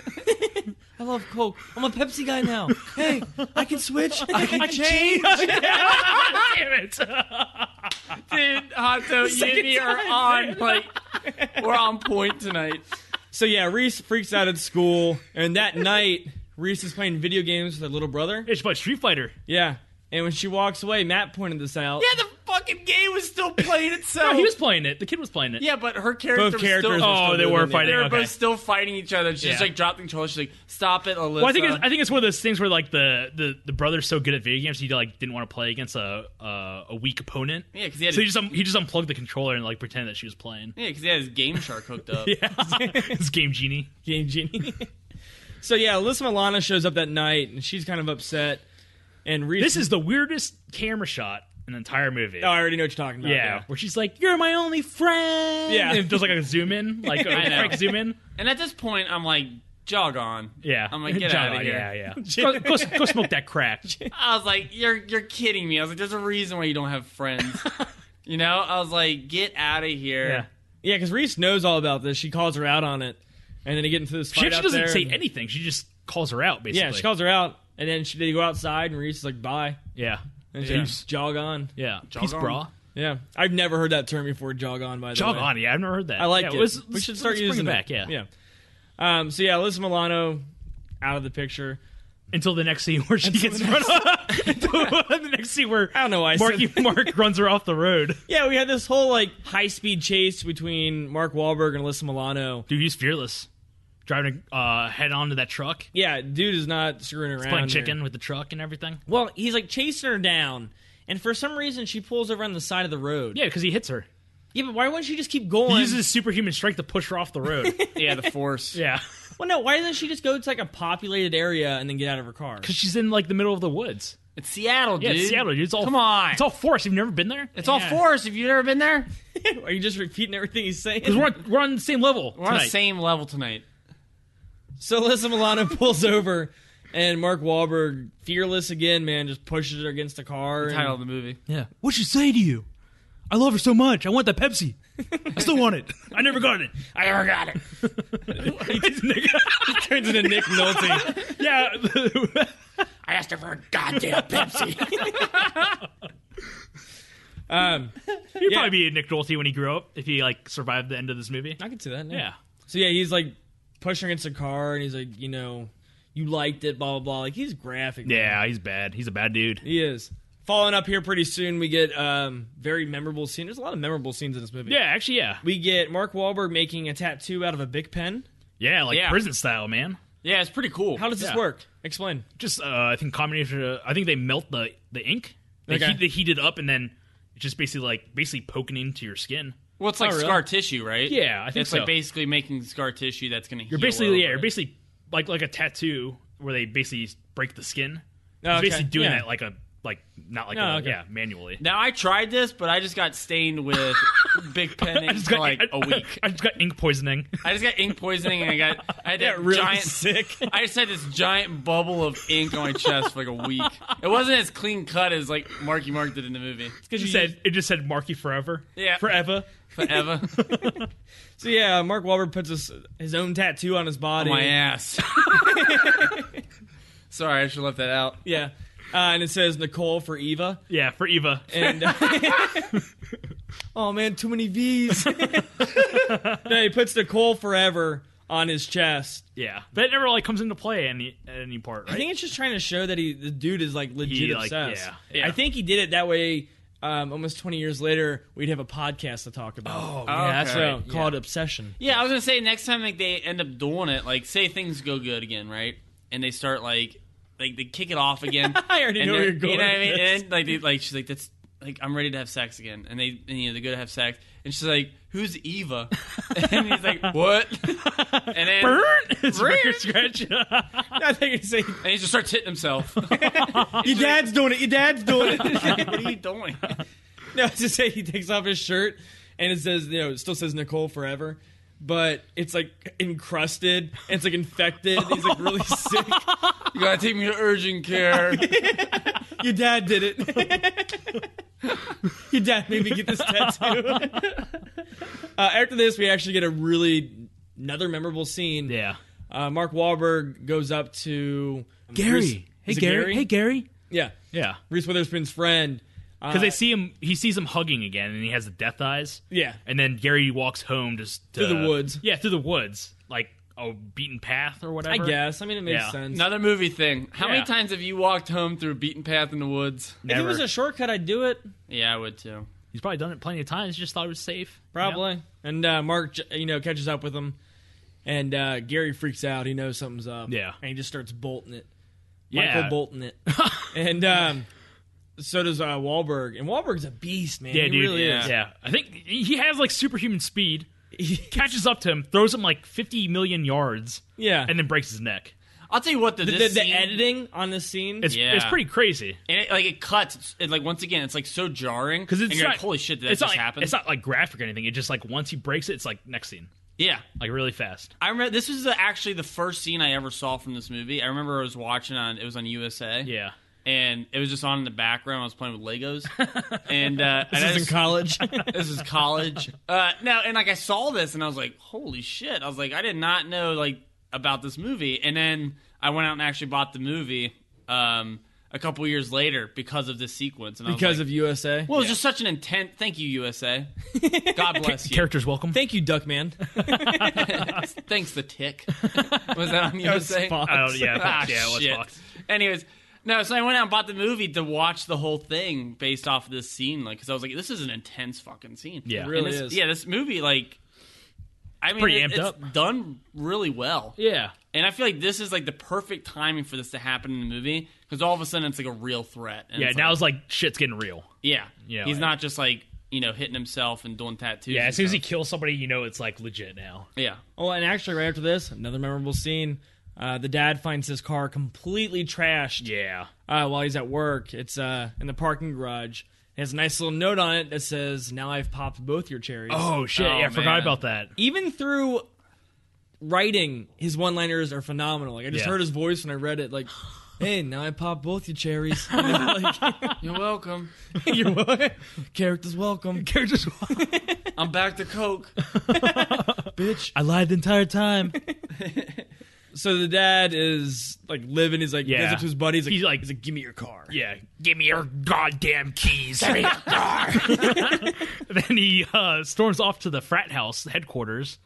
A: I love Coke. I'm a Pepsi guy now. hey, I can switch. I can
B: Damn it.
C: Dude, Hato, you and me are on like we're on point tonight.
A: So yeah, Reese freaks out at school, and that night Reese is playing video games with her little brother.
B: It's about Street Fighter.
A: Yeah, and when she walks away, Matt pointed this out.
C: Yeah, the fucking game was still playing itself.
B: No, he was playing it. The kid was playing it.
C: yeah, but her character
A: Both
C: was
A: characters
C: still,
A: were
B: Oh,
A: still
B: they
A: doing
B: were
A: it.
B: fighting.
C: they were
B: okay.
C: both still fighting each other. She's just
B: Yeah.
C: like dropped the controller. She's like, "Stop it, Alyssa."
B: Well, I think it's, I think it's one of those things where like the, the, the brother's so good at video games he like didn't want to play against a uh, a weak opponent.
C: Yeah, 'cause he had-
B: so he just um, he just unplugged the controller and like pretended that she was playing.
C: yeah, because he had his Game Shark hooked up.
B: it's Game Genie.
A: Game Genie. so yeah, Alyssa Milana shows up that night, and she's kind of upset. And Reese,
B: This is the weirdest camera shot in the entire movie.
A: oh, I already know what you're talking about.
B: yeah, where she's like, "You're my only friend."
A: Yeah.
B: and it does like a zoom in, like a
C: know.
B: quick zoom in.
C: And at this point, I'm like, "Jog on."
B: Yeah,
C: I'm like, "Get
B: John,
C: out of here."
B: Yeah, yeah. go, go, go smoke that crack.
C: I was like, "You're you're kidding me." I was like, "There's a reason why you don't have friends." you know, I was like, "Get out of here."
B: Yeah.
A: yeah, because Reese knows all about this. She calls her out on it, and then they get into this
B: She
A: fight.
B: actually
A: out
B: doesn't
A: there,
B: say
A: and-
B: anything. She just calls her out, basically.
A: Yeah, she calls her out, and then she, they go outside, and Reese is like, "Bye,"
B: Yeah,
A: and she
B: Yeah.
A: just jog on. Oh,
B: yeah.
C: Jog
B: Peace,
C: on.
B: bra.
A: Yeah, I've never heard that term before. Jog on, by the
B: Jog
A: way.
B: on. Yeah, I've never heard that.
A: I like
B: yeah,
A: it.
B: let's-
A: we
B: let's-
A: should start
B: let's bring
A: using
B: it back. Yeah.
A: yeah. Um, so yeah, Alyssa Milano out of the picture.
B: Until the next scene where she gets
A: the
B: run off. Until the next scene where
A: I don't know why I
B: Mark,
A: said
B: Mark runs her off the road.
A: Yeah, we had this whole like high speed chase between Mark Wahlberg and Alyssa Milano.
B: Dude, he's fearless. Driving uh, head on to that truck,
A: Yeah, dude is not screwing around.
B: playing
A: here.
B: chicken with the truck and everything.
A: Well, he's like chasing her down, and for some reason she pulls over on the side of the road.
B: Yeah, because he hits her.
A: yeah but why wouldn't she just keep
B: He
A: going?
B: uses superhuman strength to push her off the road.
C: yeah, the force.
B: yeah,
A: well, no, why doesn't she just go to like a populated area and then get out of her car?
B: because she's in like the middle of the woods.
C: It's Seattle,
B: Yeah,
C: dude.
B: it's Seattle, dude. It's all
C: Come on.
B: It's all forest. You've never been there.
C: It's all forest. Have you ever been there?
A: Are you just repeating everything he's saying?
B: Because we're on, we're on the same level.
C: We're on the same level tonight.
A: So Alyssa Milano pulls over, and Mark Wahlberg, fearless again, man, just pushes her against the car. and-
C: Title of the movie.
B: Yeah. What'd she say to you? I love her so much. I want that Pepsi. I still want it. I never got it. I never got it.
A: turns into Nick Nolte.
B: yeah.
C: I asked her for a goddamn Pepsi.
B: He'd probably be a Nick Nolte when he grew up if he like survived the end of this movie.
A: I can see that.
B: Yeah.
A: So yeah, he's like pushing her against the car, and he's like, you know, you liked it, blah blah blah. Like he's graphic. man.
B: Yeah, he's bad. He's a bad dude.
A: he is. Following up here pretty soon, we get um very memorable scene. There's a lot of memorable scenes in this movie.
B: Yeah, actually, yeah.
A: We get Mark Wahlberg making a tattoo out of a big pen.
B: Yeah, like
C: Yeah.
B: prison style, man.
C: yeah, it's pretty cool.
A: How does this
B: Yeah.
A: work? Explain.
B: Just uh, I think combination. Of, I think they melt the the ink. They,
A: Okay.
B: heat, they heat it up and then it's just basically like basically poking into your skin.
C: well, it's like
A: Oh, really?
C: scar tissue, right?
B: Yeah, I think
C: it's
B: so.
C: like basically making scar tissue that's going to.
B: You're basically yeah, you're basically like like a tattoo where they basically break the skin.
A: Oh,
B: It's
A: okay.
B: basically doing
A: Yeah.
B: that like a like not like
A: No,
B: a,
A: okay.
B: yeah manually.
C: Now I tried this, but I just got stained with big pen
B: I
C: ink
B: just
C: for
B: got
C: like
B: I,
C: a week.
B: I just got ink poisoning.
C: I just got ink poisoning, and I got I had that
A: really
C: giant.
A: sick.
C: I just had this giant bubble of ink on my chest for like a week. It wasn't as clean cut as like Marky Mark did in the movie.
B: It just said it just said Marky forever.
C: Yeah.
B: forever.
C: Forever
A: So yeah, Mark Wahlberg puts his, his own tattoo on his body.
B: Oh,
C: my ass. Sorry, I should have left that out.
A: Yeah. Uh, and it says Nicole for Eva.
B: Yeah, for Eva.
A: And oh man, too many V's. no, he puts Nicole forever on his chest.
B: Yeah, that never like comes into play any at any part, right?
A: I think it's just trying to show that he the dude is like legit
B: He, like,
A: obsessed.
B: yeah, yeah.
A: I think he did it that way. Um, almost 20 years later, we'd have a podcast to talk about.
B: yeah,
C: Oh, okay.
A: so
B: right, yeah.
A: called obsession.
C: Yeah, I was gonna say next time like they end up doing it, like say things go good again, right? And they start like like they kick it off again.
A: I already
C: and
A: know where
C: they're-
A: you're going
C: You know what I mean?
A: with this.
C: And like they, like she's like that's like I'm ready to have sex again, and they and, you know they go to have sex, and she's like, "Who's Eva?" and he's like, "What?" and then
B: Burn.
C: and
B: It's
C: Burn.
B: record scratch.
A: I think it's like,
C: he just starts hitting himself.
A: your dad's doing it. Your dad's doing it.
C: what are you doing?
A: No, it's just say he takes off his shirt and it says, you know, it still says Nicole forever, but it's like encrusted and it's like infected. and He's like really sick.
C: You gotta take me to urgent care.
A: Your dad did it. Your dad made me get this tattoo. uh, after this, we actually get a really another memorable scene.
B: yeah.
A: Uh, Mark Wahlberg goes up to Reese- is it
B: Gary.
A: Yeah.
B: Yeah.
A: Reese Witherspoon's friend
B: because they see him. He sees him hugging again, and he has the death eyes.
A: Yeah.
B: and then Gary walks home just to,
A: Through the woods.
B: Yeah, through the woods, like a beaten path or
A: I
B: whatever.
A: guess. I mean, it makes
B: Yeah.
A: sense.
C: Another movie thing. How
B: Yeah.
C: many times have you walked home through a beaten path in the woods?
A: if it
B: Never.
A: was a shortcut, I'd do it
C: Yeah, I would too.
B: He's probably done it plenty of times. Just thought it was safe.
A: probably. And uh, Mark, j- you know, catches up with him, and uh, Gary freaks out. He knows something's up.
B: Yeah.
A: and he just starts bolting it.
B: Yeah.
A: Michael bolting it, and um, so does uh, Wahlberg. And Wahlberg's a beast, man.
B: Yeah,
A: he
B: dude.
A: really
B: yeah.
A: is.
B: I think he has like superhuman speed. He catches up to him, throws him like 50 million yards,
A: Yeah,
B: and then breaks his neck.
C: I'll tell you what. The,
A: the, the,
C: this
A: the
C: scene-
A: editing on this scene.
B: It's
C: Yeah.
B: it's pretty crazy
C: and it, like it cuts. It's- It, like once again, it's like so jarring
B: because it's
C: and you're
B: not,
C: like, holy shit, did that
B: it's
C: just
B: not, like-
C: happen?
B: It's not like graphic or anything. It just like once he breaks it, it's like next scene,
C: yeah,
B: like really fast.
C: I remember this was the, actually the first scene I ever saw from this movie. I remember I was watching on it was on USA.
B: Yeah,
C: and it was just on in the background. I was playing with Legos, and uh, and I
A: this is in
C: just-
A: college.
C: this is college. Uh, no, and like I saw this, and I was like, "Holy shit!" I was like, "I did not know like about this movie." And then I went out and actually bought the movie um, a couple years later because of this sequence. And I was
A: because
C: like,
A: of USA.
C: well, it was just such an intent. Thank you, USA. God bless you.
B: characters welcome.
A: thank you, Duckman.
C: Thanks, the tick. was that on USA?
A: Fox.
B: I don't- yeah,
C: Ah,
B: Fox, yeah, it was
C: shit.
B: Fox.
C: Anyways, no, so I went out and bought the movie to watch the whole thing based off of this scene, like because I was like, this is an intense fucking scene.
B: Yeah. It
C: And
A: really
C: this-
A: is.
C: Yeah, this movie, like, I mean,
B: pretty amped
C: it- it's
B: up.
C: done really well.
B: Yeah,
C: And I feel like this is like the perfect timing for this to happen in the movie because all of a sudden it's like a real threat. And
B: yeah.
C: it's
B: now
C: like,
B: it's like shit's getting real.
C: yeah,
B: Yeah,
C: he's
B: like-
C: not just like you know hitting himself and doing tattoos.
B: Yeah,
C: and
B: as soon as he
C: stuff.
B: kills somebody, you know it's like legit now.
C: yeah,
A: Oh, and actually, right after this, another memorable scene. Uh, the dad finds his car completely trashed
B: Yeah,
A: uh, while he's at work. It's uh, in the parking garage. It has a nice little note on it that says, "Now I've popped both your cherries."
B: Oh shit!
C: Oh,
B: yeah, I
C: man.
B: forgot about that.
A: Even through writing, his one-liners are phenomenal. Like I just
B: Yeah.
A: heard his voice when I read it. Like, "Hey, now I popped both your cherries." You know, like,
C: you're welcome.
A: you're- characters welcome,
B: Characters,
C: I'm back to Coke.
A: bitch.
B: I lied the entire time.
A: So the dad is like living. He's like
B: Yeah.
A: goes up to his buddies. Like,
B: He's like-
A: he's like, "Give me your car."
B: Yeah, give me your goddamn keys. Give me your car. then he uh, storms off to the frat house headquarters,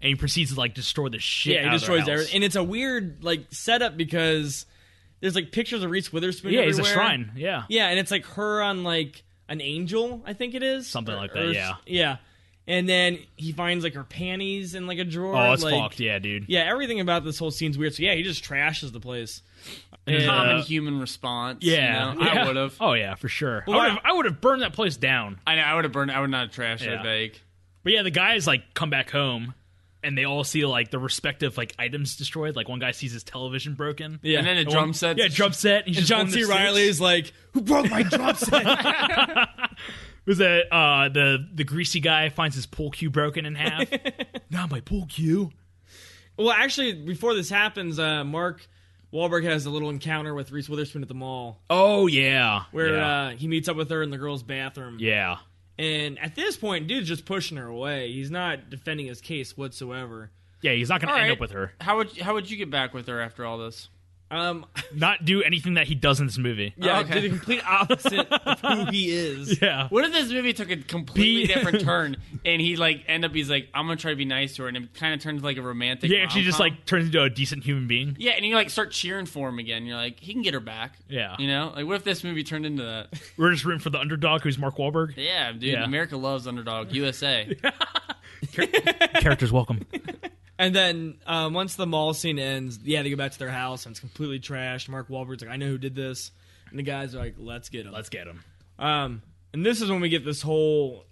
B: and he proceeds to like destroy the shit.
A: Yeah,
B: out
A: he
B: of their
A: destroys
B: house.
A: everything, and it's a weird like setup because there's like pictures of Reese Witherspoon.
B: yeah, he's
A: everywhere.
B: a shrine. Yeah,
A: Yeah, and it's like her on like an angel, I think it is,
B: Something like that, yeah.
A: yeah. And then he finds like her panties in like a drawer.
B: oh, it's
A: like,
B: fucked. Yeah, dude.
A: Yeah, everything about this whole scene's weird. So yeah, he just trashes the place.
B: Yeah.
C: Common human response. you
B: Yeah,
C: know? I
B: yeah.
C: would have.
B: Oh yeah, for sure.
A: Well,
B: I would have- I would have burned that place down.
C: I know. I would have burned. I would not have trashed
B: Yeah.
C: that bag.
B: But yeah, the guys like come back home, and they all see like the respective like items destroyed. Like one guy sees his television broken.
A: Yeah.
C: And then the
A: And
C: drum set.
B: Yeah, drum set. And he's just
A: John
B: going to
A: C.
B: six.
A: Riley's like, "Who broke my drum set?"
B: was that uh, the the greasy guy finds his pool cue broken in half. Not my pool cue.
A: well, actually, before this happens, uh, Mark Wahlberg has a little encounter with Reese Witherspoon at the mall,
B: Oh yeah,
A: where
B: yeah.
A: uh, he meets up with her in the girls' bathroom.
B: yeah.
A: And at this point, dude's just pushing her away. He's not defending his case whatsoever.
B: Yeah, he's not gonna
C: All
B: end
C: right.
B: up with her.
C: How would how would you get back with her after all this?
A: Um,
B: Not do anything that he does in this movie.
A: yeah,
C: Okay.
A: did the complete opposite of who he is.
B: Yeah.
C: What if this movie took a completely
B: Be-
C: different turn and he like end up he's like I'm gonna try to be nice to her and it kind of turns like a romantic.
B: Yeah, she just
C: rom-com.
B: like turns into a decent human being.
C: yeah, and you like start cheering for him again. You're like he can get her back.
B: Yeah.
C: you know, like what if this movie turned into that?
B: We're just rooting for the underdog who's Mark Wahlberg.
C: Yeah, dude,
B: Yeah.
C: America loves underdog USA.
B: Characters welcome.
A: And then um, once the mall scene ends, yeah, they go back to their house and it's completely trashed. Mark Wahlberg's like, I know who did this. And the guys are like, let's get him.
B: Let's get him.
A: Um, and this is when we get this whole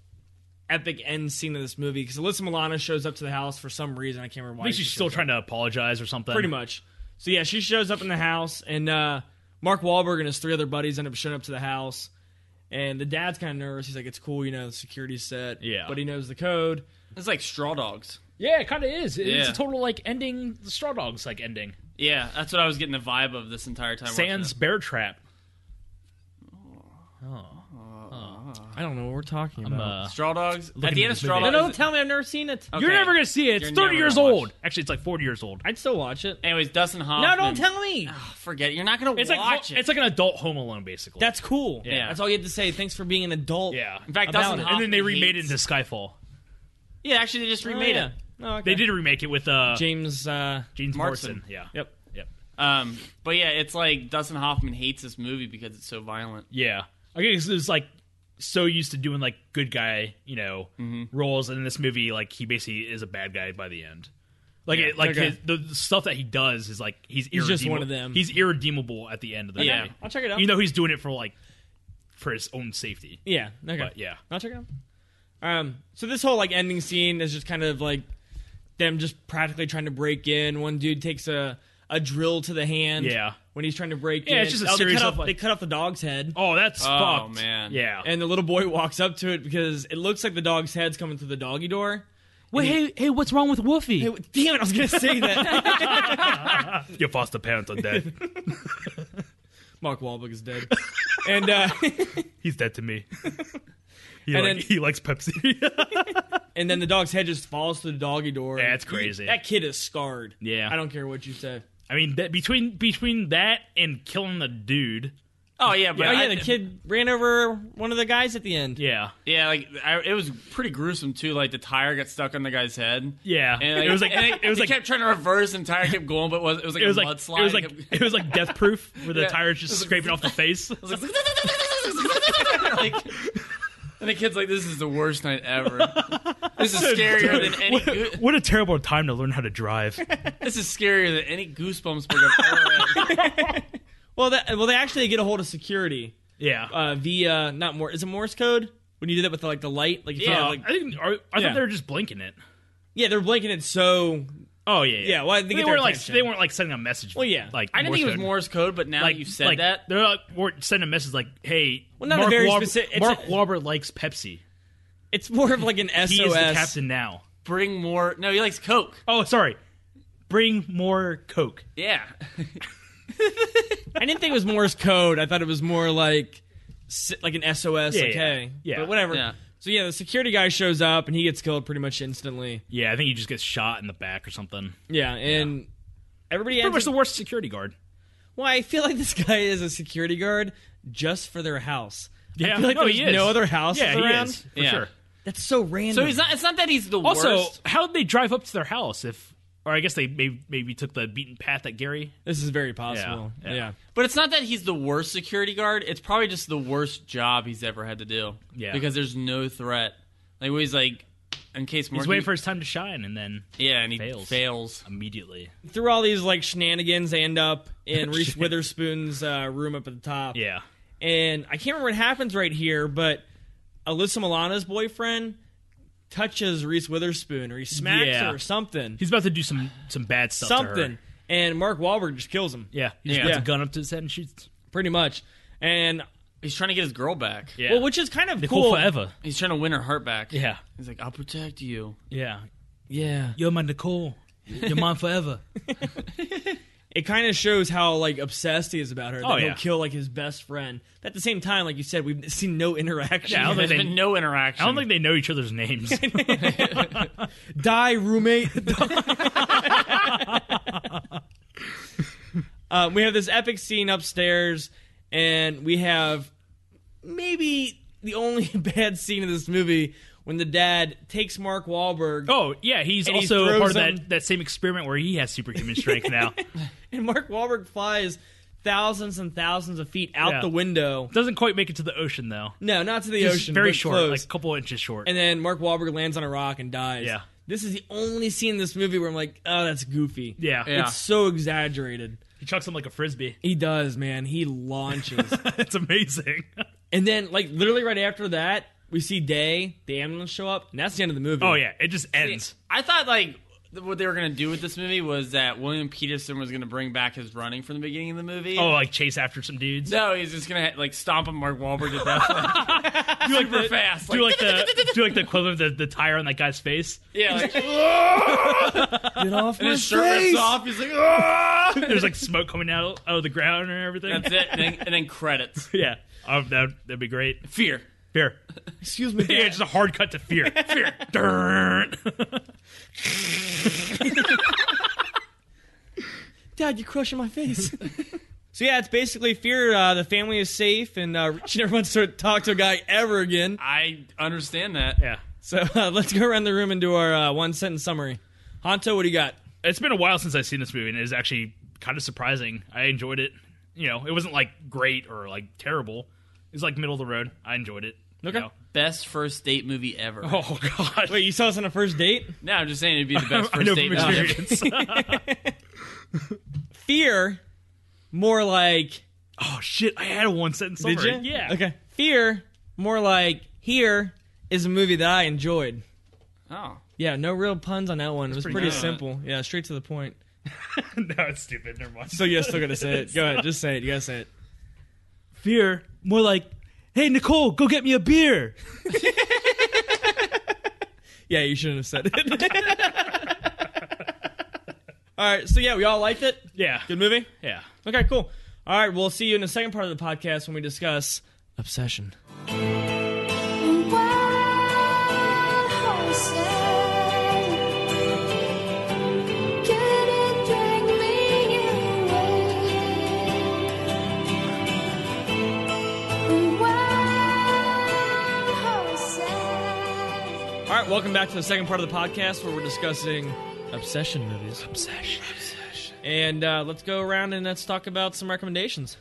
A: epic end scene of this movie because Alyssa Milano shows up to the house for some reason. I can't remember why.
B: I think she's
A: she
B: still
A: shows
B: trying to apologize or something.
A: pretty much. So yeah, she shows up in the house, and uh, Mark Wahlberg and his three other buddies end up showing up to the house. And the dad's kind of nervous. He's like, "It's cool, you know, the security's set."
B: Yeah.
A: but he knows the code.
C: it's like straw dogs.
B: Yeah, it kind of is. It's
C: Yeah.
B: a total like ending. The Straw Dogs like ending.
C: Yeah, that's what I was getting the vibe of this entire time. watching
B: Sans Bear Trap.
A: I don't know what we're talking about.
B: uh,
C: Straw Dogs. At
B: at
C: the end of
B: this
C: Straw
B: movie.
C: Dogs.
A: no, uh, don't tell me I've never seen it.
C: Okay.
B: You're never gonna see it. It's
C: You're
B: 30
C: never
B: years
C: gonna watch
B: old. Actually, it's like 40 years old.
A: I'd still watch it.
C: Anyways, Dustin Hoffman.
A: No, don't tell me.
C: Forget it. You're not gonna
B: It's like
C: watch it.
B: it's like an adult Home Alone basically.
A: That's cool.
C: Yeah.
A: That's all you had to say. Thanks for being an adult.
B: yeah.
C: in fact,
A: about
C: Dustin
A: it.
C: Hoffman.
B: and then they remade
C: hates-
B: it into Skyfall.
C: Yeah, actually, they just
A: Oh,
C: remade
A: yeah.
C: it.
A: Oh, okay.
B: They did remake it with uh,
A: James. Uh,
B: James
C: Marsden.
B: Marsden. Yeah.
A: yep.
B: Yep.
C: Um, but yeah, it's like Dustin Hoffman hates this movie because it's so violent.
B: Yeah. I guess it was like so used to doing like good guy, you know,
C: Mm-hmm.
B: roles, and in this movie, like he basically is a bad guy by the end. Like,
C: Yeah.
B: it, like
A: Okay.
B: his, the the stuff that he does is like he's
A: He's just
B: irredeemable-
A: one of them.
B: He's irredeemable at the end of the
C: Yeah.
B: movie.
A: I'll check it out.
B: You know, he's doing it for like for his own safety.
A: Yeah. Okay.
B: But yeah,
A: I'll check it out. Um, so this whole like ending scene is just kind of like them just practically trying to break in. One dude takes a a drill to the hand.
B: Yeah.
A: When he's trying to break in.
B: Yeah, it's just a
A: oh,
B: series
A: they cut
B: of,
A: off,
B: like-
A: they cut off the dog's head.
B: oh that's
C: Oh,
B: fucked,
C: man.
B: Yeah,
A: And the little boy walks up to it because it looks like the dog's head's coming through the doggy door.
B: wait, hey, hey, what's wrong with Woofy?
A: Hey, w- damn it! I was gonna say that.
B: Your foster parents are dead.
A: Mark Wahlberg is dead. And uh,
B: he's dead to me. He,
A: And
B: like,
A: then-
B: he likes Pepsi.
A: and then the dog's head just falls through the doggy door.
B: Yeah, it's crazy.
A: That kid is scarred.
B: Yeah.
A: I don't care what you say.
B: I mean, that, between between that and killing the dude,
C: Oh yeah, but
A: Oh
C: I-
A: yeah, the kid ran over one of the guys at the end.
B: yeah,
C: Yeah, like I, it was pretty gruesome too. Like the tire got stuck on the guy's head.
B: yeah,
C: And like,
B: it was like
C: and
B: it was
C: he
B: like
C: kept trying to reverse, and tire kept going, but was, it was like
B: it was
C: a
B: like
C: mudslide.
B: it was like
C: kept-
B: it was like death proof where the
C: Yeah.
B: tires just scraping off the face.
C: It's like- like- and the kid's like, "This is the worst night ever. This is scarier than any. Goo-
B: what, what a terrible time to learn how to drive.
C: this is scarier than any goosebumps book I've ever read."
A: Well, that, well, they actually get a hold of security
B: Yeah.
A: uh, via not more. Is it Morse code? When you did that with the, like the light, like you
C: Yeah,
A: yeah,
B: Uh,
A: like,
B: I think I, I
A: yeah.
B: thought they were just blinking it.
A: yeah, they're blinking it so
B: Oh yeah, yeah.
A: Yeah, well, they
B: they,
A: get their
B: weren't like
A: attention.
B: they weren't like sending a message.
A: Well, yeah.
B: like
C: I didn't think it was
B: code.
C: Morse code, but now
B: Like
C: that you said
B: like,
C: that,
B: They're like weren't sending a message like, "Hey,
A: Well, not a
B: Mark
A: very
B: Wahlberg,
A: specific- it's
B: Mark
A: a-
B: Wahlberg likes Pepsi.
A: it's more of like an SOS.
B: He is the captain now.
C: bring more. No, he likes Coke.
B: Oh, sorry. Bring more Coke.
C: Yeah,
A: I didn't think it was Morse code. I thought it was more like s- like an SOS.
B: Yeah,
A: like,
B: yeah,
A: hey,
B: yeah.
A: but whatever.
C: Yeah.
A: So yeah, the security guy shows up and he gets killed pretty much instantly.
B: Yeah, I think he just gets shot in the back or something.
A: Yeah, and everybody
B: Pretty
A: ends
B: much
A: up-
B: the worst security guard.
A: Well, I feel like this guy is a security guard just for their house. I
B: Yeah,
A: feel like
B: no,
A: there's
B: he is.
A: no other house
B: Yeah, he
A: around.
B: is for
C: Yeah.
B: sure.
A: That's so random.
C: so he's not. It's not that he's the
B: Also,
C: worst.
B: how did they drive up to their house? If or I guess they maybe, maybe took the beaten path that Gary.
A: this is very possible.
B: Yeah, yeah.
A: yeah.
C: But it's not that he's the worst security guard. It's probably just the worst job he's ever had to do.
B: Yeah.
C: Because there's no threat. Like where he's like, in case Mark,
B: He's waiting for his time to shine, and then
C: yeah, and he fails.
B: Fails. immediately.
A: through all these like shenanigans, they end up in Reese Witherspoon's uh, room up at the top.
B: Oh, Yeah,
A: And I can't remember what happens right here, but Alyssa Milano's boyfriend touches Reese Witherspoon or he smacks
B: Yeah.
A: her or something.
B: he's about to do some some bad stuff. to her.
A: something. And Mark Wahlberg just kills him.
B: Yeah, he just
C: Yeah.
B: puts
A: Yeah.
B: a gun up to his head and shoots.
A: Pretty much. And
C: He's trying to get his girl back.
B: Yeah,
A: well, which is kind of
B: they
A: cool.
B: cool forever.
C: He's trying to win her heart back.
B: Yeah,
C: He's like, I'll protect you.
B: yeah.
A: Yeah.
B: You're my Nicole. You're mine forever.
A: It kind of shows how like obsessed he is about her. That
B: Oh,
A: he'll
B: yeah.
A: kill like his best friend. But at the same time, like you said, we've seen no interaction.
B: Yeah, I don't
C: There's
B: think they-
C: been no interaction.
B: I don't think they know each other's names.
A: Die, roommate. uh, we have this epic scene upstairs, and we have maybe the only bad scene in this movie when the dad takes Mark Wahlberg,
B: oh yeah, he's
A: And he
B: also a part of
A: throws him-
B: that, that same experiment where he has superhuman strength now.
A: and Mark Wahlberg flies thousands and thousands of feet out
B: Yeah.
A: the window.
B: Doesn't quite make it to the ocean though.
A: No, not to the
B: Just
A: ocean.
B: very
A: but
B: short,
A: close.
B: like a couple inches short.
A: and then Mark Wahlberg lands on a rock and dies.
B: Yeah.
A: This is the only scene in this movie where I'm like, oh, that's goofy.
B: yeah,
C: Yeah.
A: It's so exaggerated.
B: he chucks him like a frisbee.
A: He does, man. He launches.
B: it's amazing.
A: and then, like, literally right after that, we see Day, the ambulance show up, and that's the end of the movie.
B: oh yeah, it just ends.
C: I thought like th- what they were gonna do with this movie was that William Peterson was gonna bring back his running from the beginning of the movie.
B: Oh, like chase after some dudes.
C: No, he's just gonna like stomp on Mark Wahlberg to death, like,
B: do like
C: super
B: the,
C: fast.
B: Do like the do like the equivalent of the, the tire on that guy's face.
C: yeah, like, and
A: Get off my
C: his shirt rips
A: face!
C: off. He's like, "Ah!"
B: There's like smoke coming out out of the ground and everything.
C: That's it. And then, and then credits.
B: Yeah, um, that that'd be great.
C: Fear.
B: Fear.
A: Excuse me.
B: Yeah, just a hard cut to fear. Fear. Durn.
A: Dad, you're crushing my face. so yeah, it's basically fear. Uh, the family is safe, and uh, she never wants to talk to a guy ever again.
C: I understand that.
B: yeah.
A: So uh, let's go around the room and do our uh, one sentence summary. Honto, what do you got?
B: It's been a while since I've seen this movie, and it was actually kind of surprising. I enjoyed it. You know, it wasn't like great or like terrible. It's like middle of the road. I enjoyed it. you
A: Okay.
B: know.
C: Best first date movie ever.
B: Oh God.
A: Wait, you saw us on a first date?
C: No, I'm just saying it'd be the best
B: I
C: first
B: know
C: date
B: from
C: movie ever.
B: experience.
A: Fear, more like
B: oh shit! I had a one sentence summary.
A: Did you?
B: Yeah.
A: Okay. Fear, more like here, is a movie that I enjoyed.
C: Oh.
A: Yeah, no real puns on that one. It was
B: pretty
A: pretty,
C: good.
A: simple. Yeah, straight to the point.
B: no, it's stupid. Never mind.
A: So you're still gonna say it. Go ahead, just say it. You gotta say it.
B: fear, more like, "Hey Nicole, go get me a beer."
A: Yeah, you shouldn't have said it. all right, so yeah, we all liked it.
B: Yeah.
A: Good movie?
B: Yeah.
A: Okay, cool. All right, we'll see you in the second part of the podcast when we discuss obsession.
D: Wild horses, could it drag me away? Wild horses.
A: All right, welcome back to the second part of the podcast where we're discussing obsession movies. Obsession. And uh, let's go around and let's talk about some recommendations.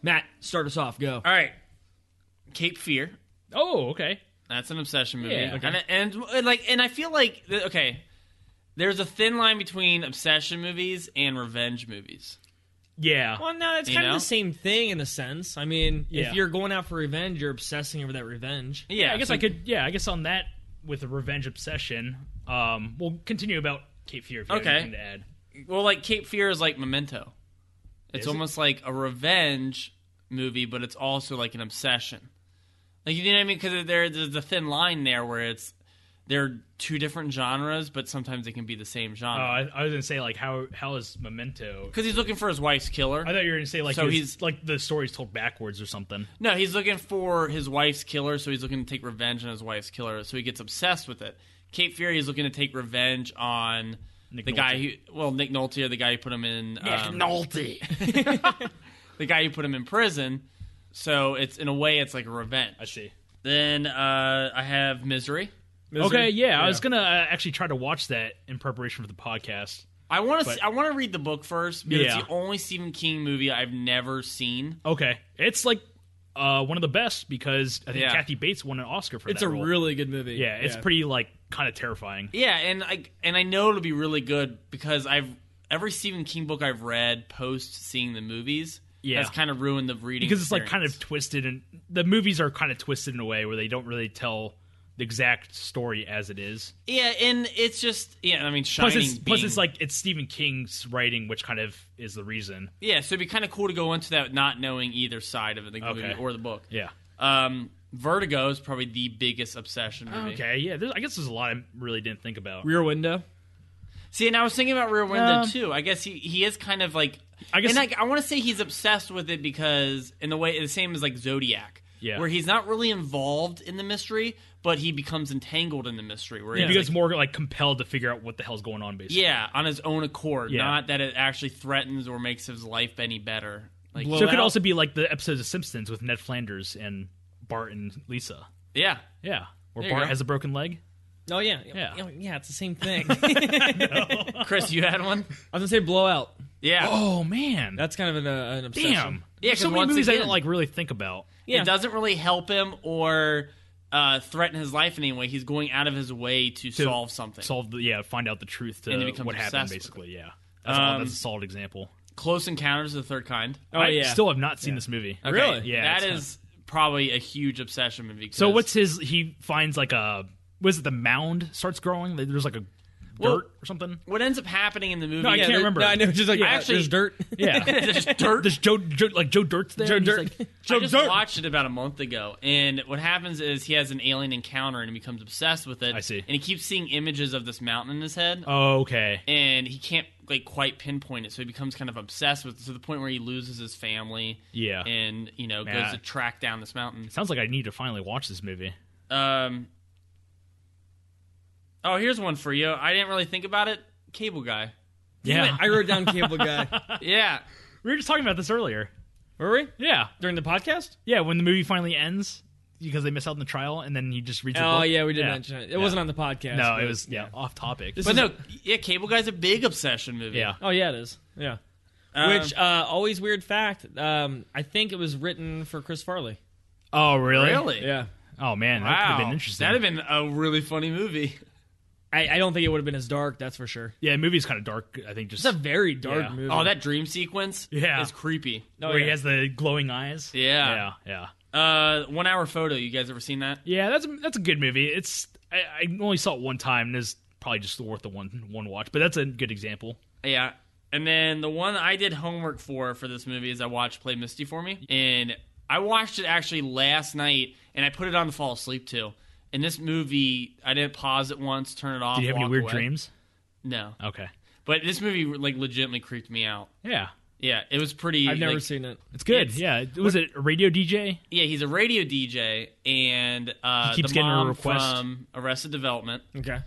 A: Matt, start us off. Go.
C: All right. Cape Fear.
B: Oh, okay.
C: That's an obsession movie.
B: Yeah. Okay.
C: And, and, and, like and I feel like th- okay, there's a thin line between obsession movies and revenge movies.
B: Yeah.
A: Well, no, it's
C: You
A: kind
C: know?
A: of the same thing in a sense. I mean,
B: Yeah.
A: if you're going out for revenge, you're obsessing over that revenge.
C: Yeah,
B: I guess
C: so-
B: I could. Yeah, I guess on that with the revenge obsession, um, we'll continue about Cape Fear. If you
C: Okay.
B: have anything to add.
C: Well, like Cape Fear is like Memento. It's
B: Is it?
C: almost like a revenge movie, but it's also like an obsession. Like you know what I mean? Because there, there's a thin line there where it's they're two different genres, but sometimes they can be the same
B: Oh,
C: genre.
B: I, I was gonna say like how how is Memento?
C: Because he's looking for his wife's killer.
B: I thought you were gonna say like
C: So
B: his-
C: he's-
B: like the story's told backwards or something.
C: No, he's looking for his wife's killer, so he's looking to take revenge on his wife's killer. So he gets obsessed with it. Cape Fury is looking to take revenge on
B: Nick
C: the guy
B: Nolte.
C: who, well, Nick Nolte, or the guy who put him in. um, the guy who put him in prison. So it's in a way, it's like a revenge.
B: I see.
C: Then uh, I have Misery.
B: Okay, yeah, I was gonna uh, actually try to watch that in preparation for the podcast.
C: I want
B: But-
C: to. I want to read the book first. Because
B: Yeah.
C: It's the only Stephen King movie I've never seen.
B: Okay, it's like uh, one of the best because I think
C: Yeah.
B: Kathy Bates won an Oscar for
A: It's
B: that
A: a
B: role.
A: really good movie.
B: yeah, it's pretty like kind of terrifying.
C: Yeah, and I and I know it'll be really good because I've every Stephen King book I've read post seeing the movies.
B: Yeah.
C: has kind of ruined the reading
B: because it's like kind
C: experience.
B: of twisted and the movies are kind of twisted in a way where they don't really tell the exact story as it is.
C: yeah, and it's just yeah. I mean, shining.
B: Plus it's, plus
C: being-
B: it's like it's Stephen King's writing which kind of is the reason.
C: yeah. So it'd be kind of cool to go into that not knowing either side of it, the
B: Okay.
C: movie or the book.
B: Yeah.
C: Um, Vertigo is probably the biggest obsession movie.
B: Oh, Okay, yeah, there's, I guess there's a lot I really didn't think about.
A: Rear Window.
C: See, and I was thinking about Rear Window
B: Um,
C: too. I guess he, he is kind of like
B: I
C: I
B: guess-
C: guess and I, I want to say he's obsessed with it because in the way the same as like Zodiac,
B: Yeah.
C: where he's not really involved in the mystery, but he becomes entangled in the mystery. Where
B: He
C: yeah,
B: becomes more like compelled to figure out what the hell's going on basically.
C: yeah, on his own accord,
B: Yeah.
C: not that it actually threatens or makes his life any better. Like
B: So it could
A: Blowout?
B: also be like the episodes of Simpsons with Ned Flanders and Bart and Lisa.
C: yeah,
B: Yeah. Where
C: There you
B: Bart
C: go.
B: has a broken leg.
A: Oh yeah,
B: Yeah.
A: yeah, yeah, It's the same thing. I
C: Chris, you had one.
A: was gonna say Blowout.
C: Yeah,
B: Oh man.
A: That's kind of an, uh, an obsession.
B: damn.
C: Yeah,
B: There's
C: 'cause
B: so many
C: once
B: movies I
C: again-
B: didn't like really think about.
A: Yeah.
C: it doesn't really help him or uh, threaten his life in any way. He's going out of his way to, solve something.
B: solve the yeah find out the truth to
C: And he becomes
B: what happened
C: obsessed with
B: basically yeah that's, all,
C: Um,
B: that's a solid example
C: Close Encounters of the Third Kind.
A: Oh
B: i
A: yeah.
B: still have not seen this movie
C: Okay,
A: Really?
B: Yeah,
C: that
B: it's
C: is probably a huge obsession movie.
B: so what's his he finds like a was it the mound starts growing Like, there's like a
C: Well-
B: dirt or something.
C: What ends up happening in the movie?
B: No, I
A: Yeah,
B: can't
A: there-
B: remember.
A: No, I know. Just like
B: Yeah,
A: yeah,
C: actually-
A: there's dirt.
B: Yeah,
C: It's just dirt.
B: there's Joe, Joe, like Joe Dirt's there.
A: Joe
B: and he's
A: Dirt.
B: like,
C: I just
A: Dirt.
C: watched it about a month ago, and what happens is he has an alien encounter and he becomes obsessed with it.
B: I see.
C: And he keeps seeing images of this mountain in his head,
B: oh, okay.
C: and he can't like quite pinpoint it, so he becomes kind of obsessed with it to the point where he loses his family.
B: Yeah.
C: And you know
B: Yeah.
C: goes to track down this mountain.
B: Sounds like I need to finally watch this movie.
C: Um. Oh, here's one for you. I didn't really think about it. Cable guy.
B: Yeah,
A: I wrote down cable guy.
C: Yeah.
B: we were just talking about this earlier.
A: Were we
B: Yeah,
A: during the podcast?
B: yeah. When the movie finally ends, because they miss out on the trial, and then he just reads. the
A: Oh
B: book.
A: yeah, we did mention it. It wasn't on the podcast.
B: No,
A: but-
B: it was yeah, off topic.
A: This
C: But
A: is-
C: no, yeah, Cable Guy's a big obsession movie.
B: yeah,
A: Oh yeah, it is. Yeah.
C: Um,
A: Which uh, always weird fact. Um, I think it was written for Chris Farley.
B: Oh, really?
C: really?
B: Oh man, that could
C: Wow.
B: have been interesting.
C: That'd have been a really funny movie.
A: I, I don't think it would have been as dark. That's for sure.
B: yeah, the movie's kind of dark. I think just
A: It's a very dark
B: Yeah.
A: movie.
C: Oh, that dream sequence
B: Yeah.
C: is creepy.
A: Oh,
B: where
A: yeah.
B: he has the glowing eyes.
C: Yeah.
B: yeah, yeah,
C: Uh, one hour photo. You guys ever seen that?
B: yeah. That's a, that's a good movie. It's I, I only saw it one time. and It's probably just worth the one one watch. But that's a good example.
C: Yeah. And then the one I did homework for for this movie is I watched Play Misty for me, and I watched it actually last night, and I put it on to fall asleep too. And this movie, I didn't pause it once, turn it off.
B: Did you have any
C: walk
B: weird
C: away.
B: dreams?
C: No,
B: Okay.
C: but this movie like legitimately creeped me out.
B: Yeah,
C: Yeah, it was pretty.
A: I've never
C: like,
A: seen it.
B: it's good.
C: It's-
B: yeah, was it a radio DJ?
C: Yeah, he's a radio DJ, and uh,
B: He keeps
C: the
B: getting a
C: mom
B: request.
C: from Arrested Development.
A: Okay.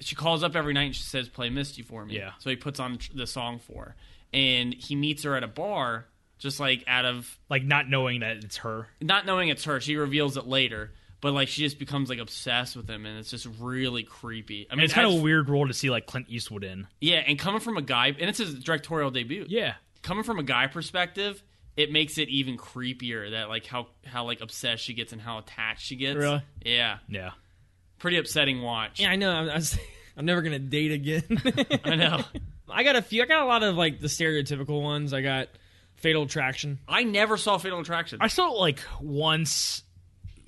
C: she calls up every night and she says, "Play Misty for me."
B: Yeah.
C: So he puts on tr- the song for, her. and he meets her at a bar, just like out of
B: Like not knowing that it's her.
C: not knowing it's her. She reveals it later, but like she just becomes like obsessed with him, and it's just really creepy. I
B: And
C: mean,
B: it's kind of
C: as-
B: a weird role to see like Clint Eastwood in.
C: Yeah, and coming from a guy, and it's his directorial debut.
B: Yeah,
C: Coming from a guy perspective, it makes it even creepier that like how how like obsessed she gets and how attached she gets.
A: Really?
C: Yeah.
B: yeah.
C: Pretty upsetting watch.
A: Yeah, I know. I'm, I was- I'm never gonna date again.
C: I know.
A: I got a few. I got a lot of like the stereotypical ones. I got Fatal Attraction.
C: I never saw Fatal Attraction.
B: I saw it like once,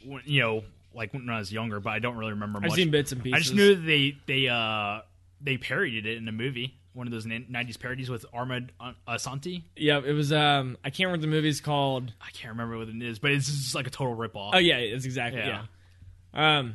B: when- you know, like when I was younger, but I don't really remember much.
A: I've seen bits and pieces.
B: I just knew that they they uh they parodied it in a movie, one of those nin- '90s parodies with Armand Asante.
A: Yeah, it was. Um, I can't remember what the movie's called.
B: I can't remember what it is, but it's just like a total ripoff.
A: Oh yeah, it's exactly yeah.
B: Yeah.
A: Um,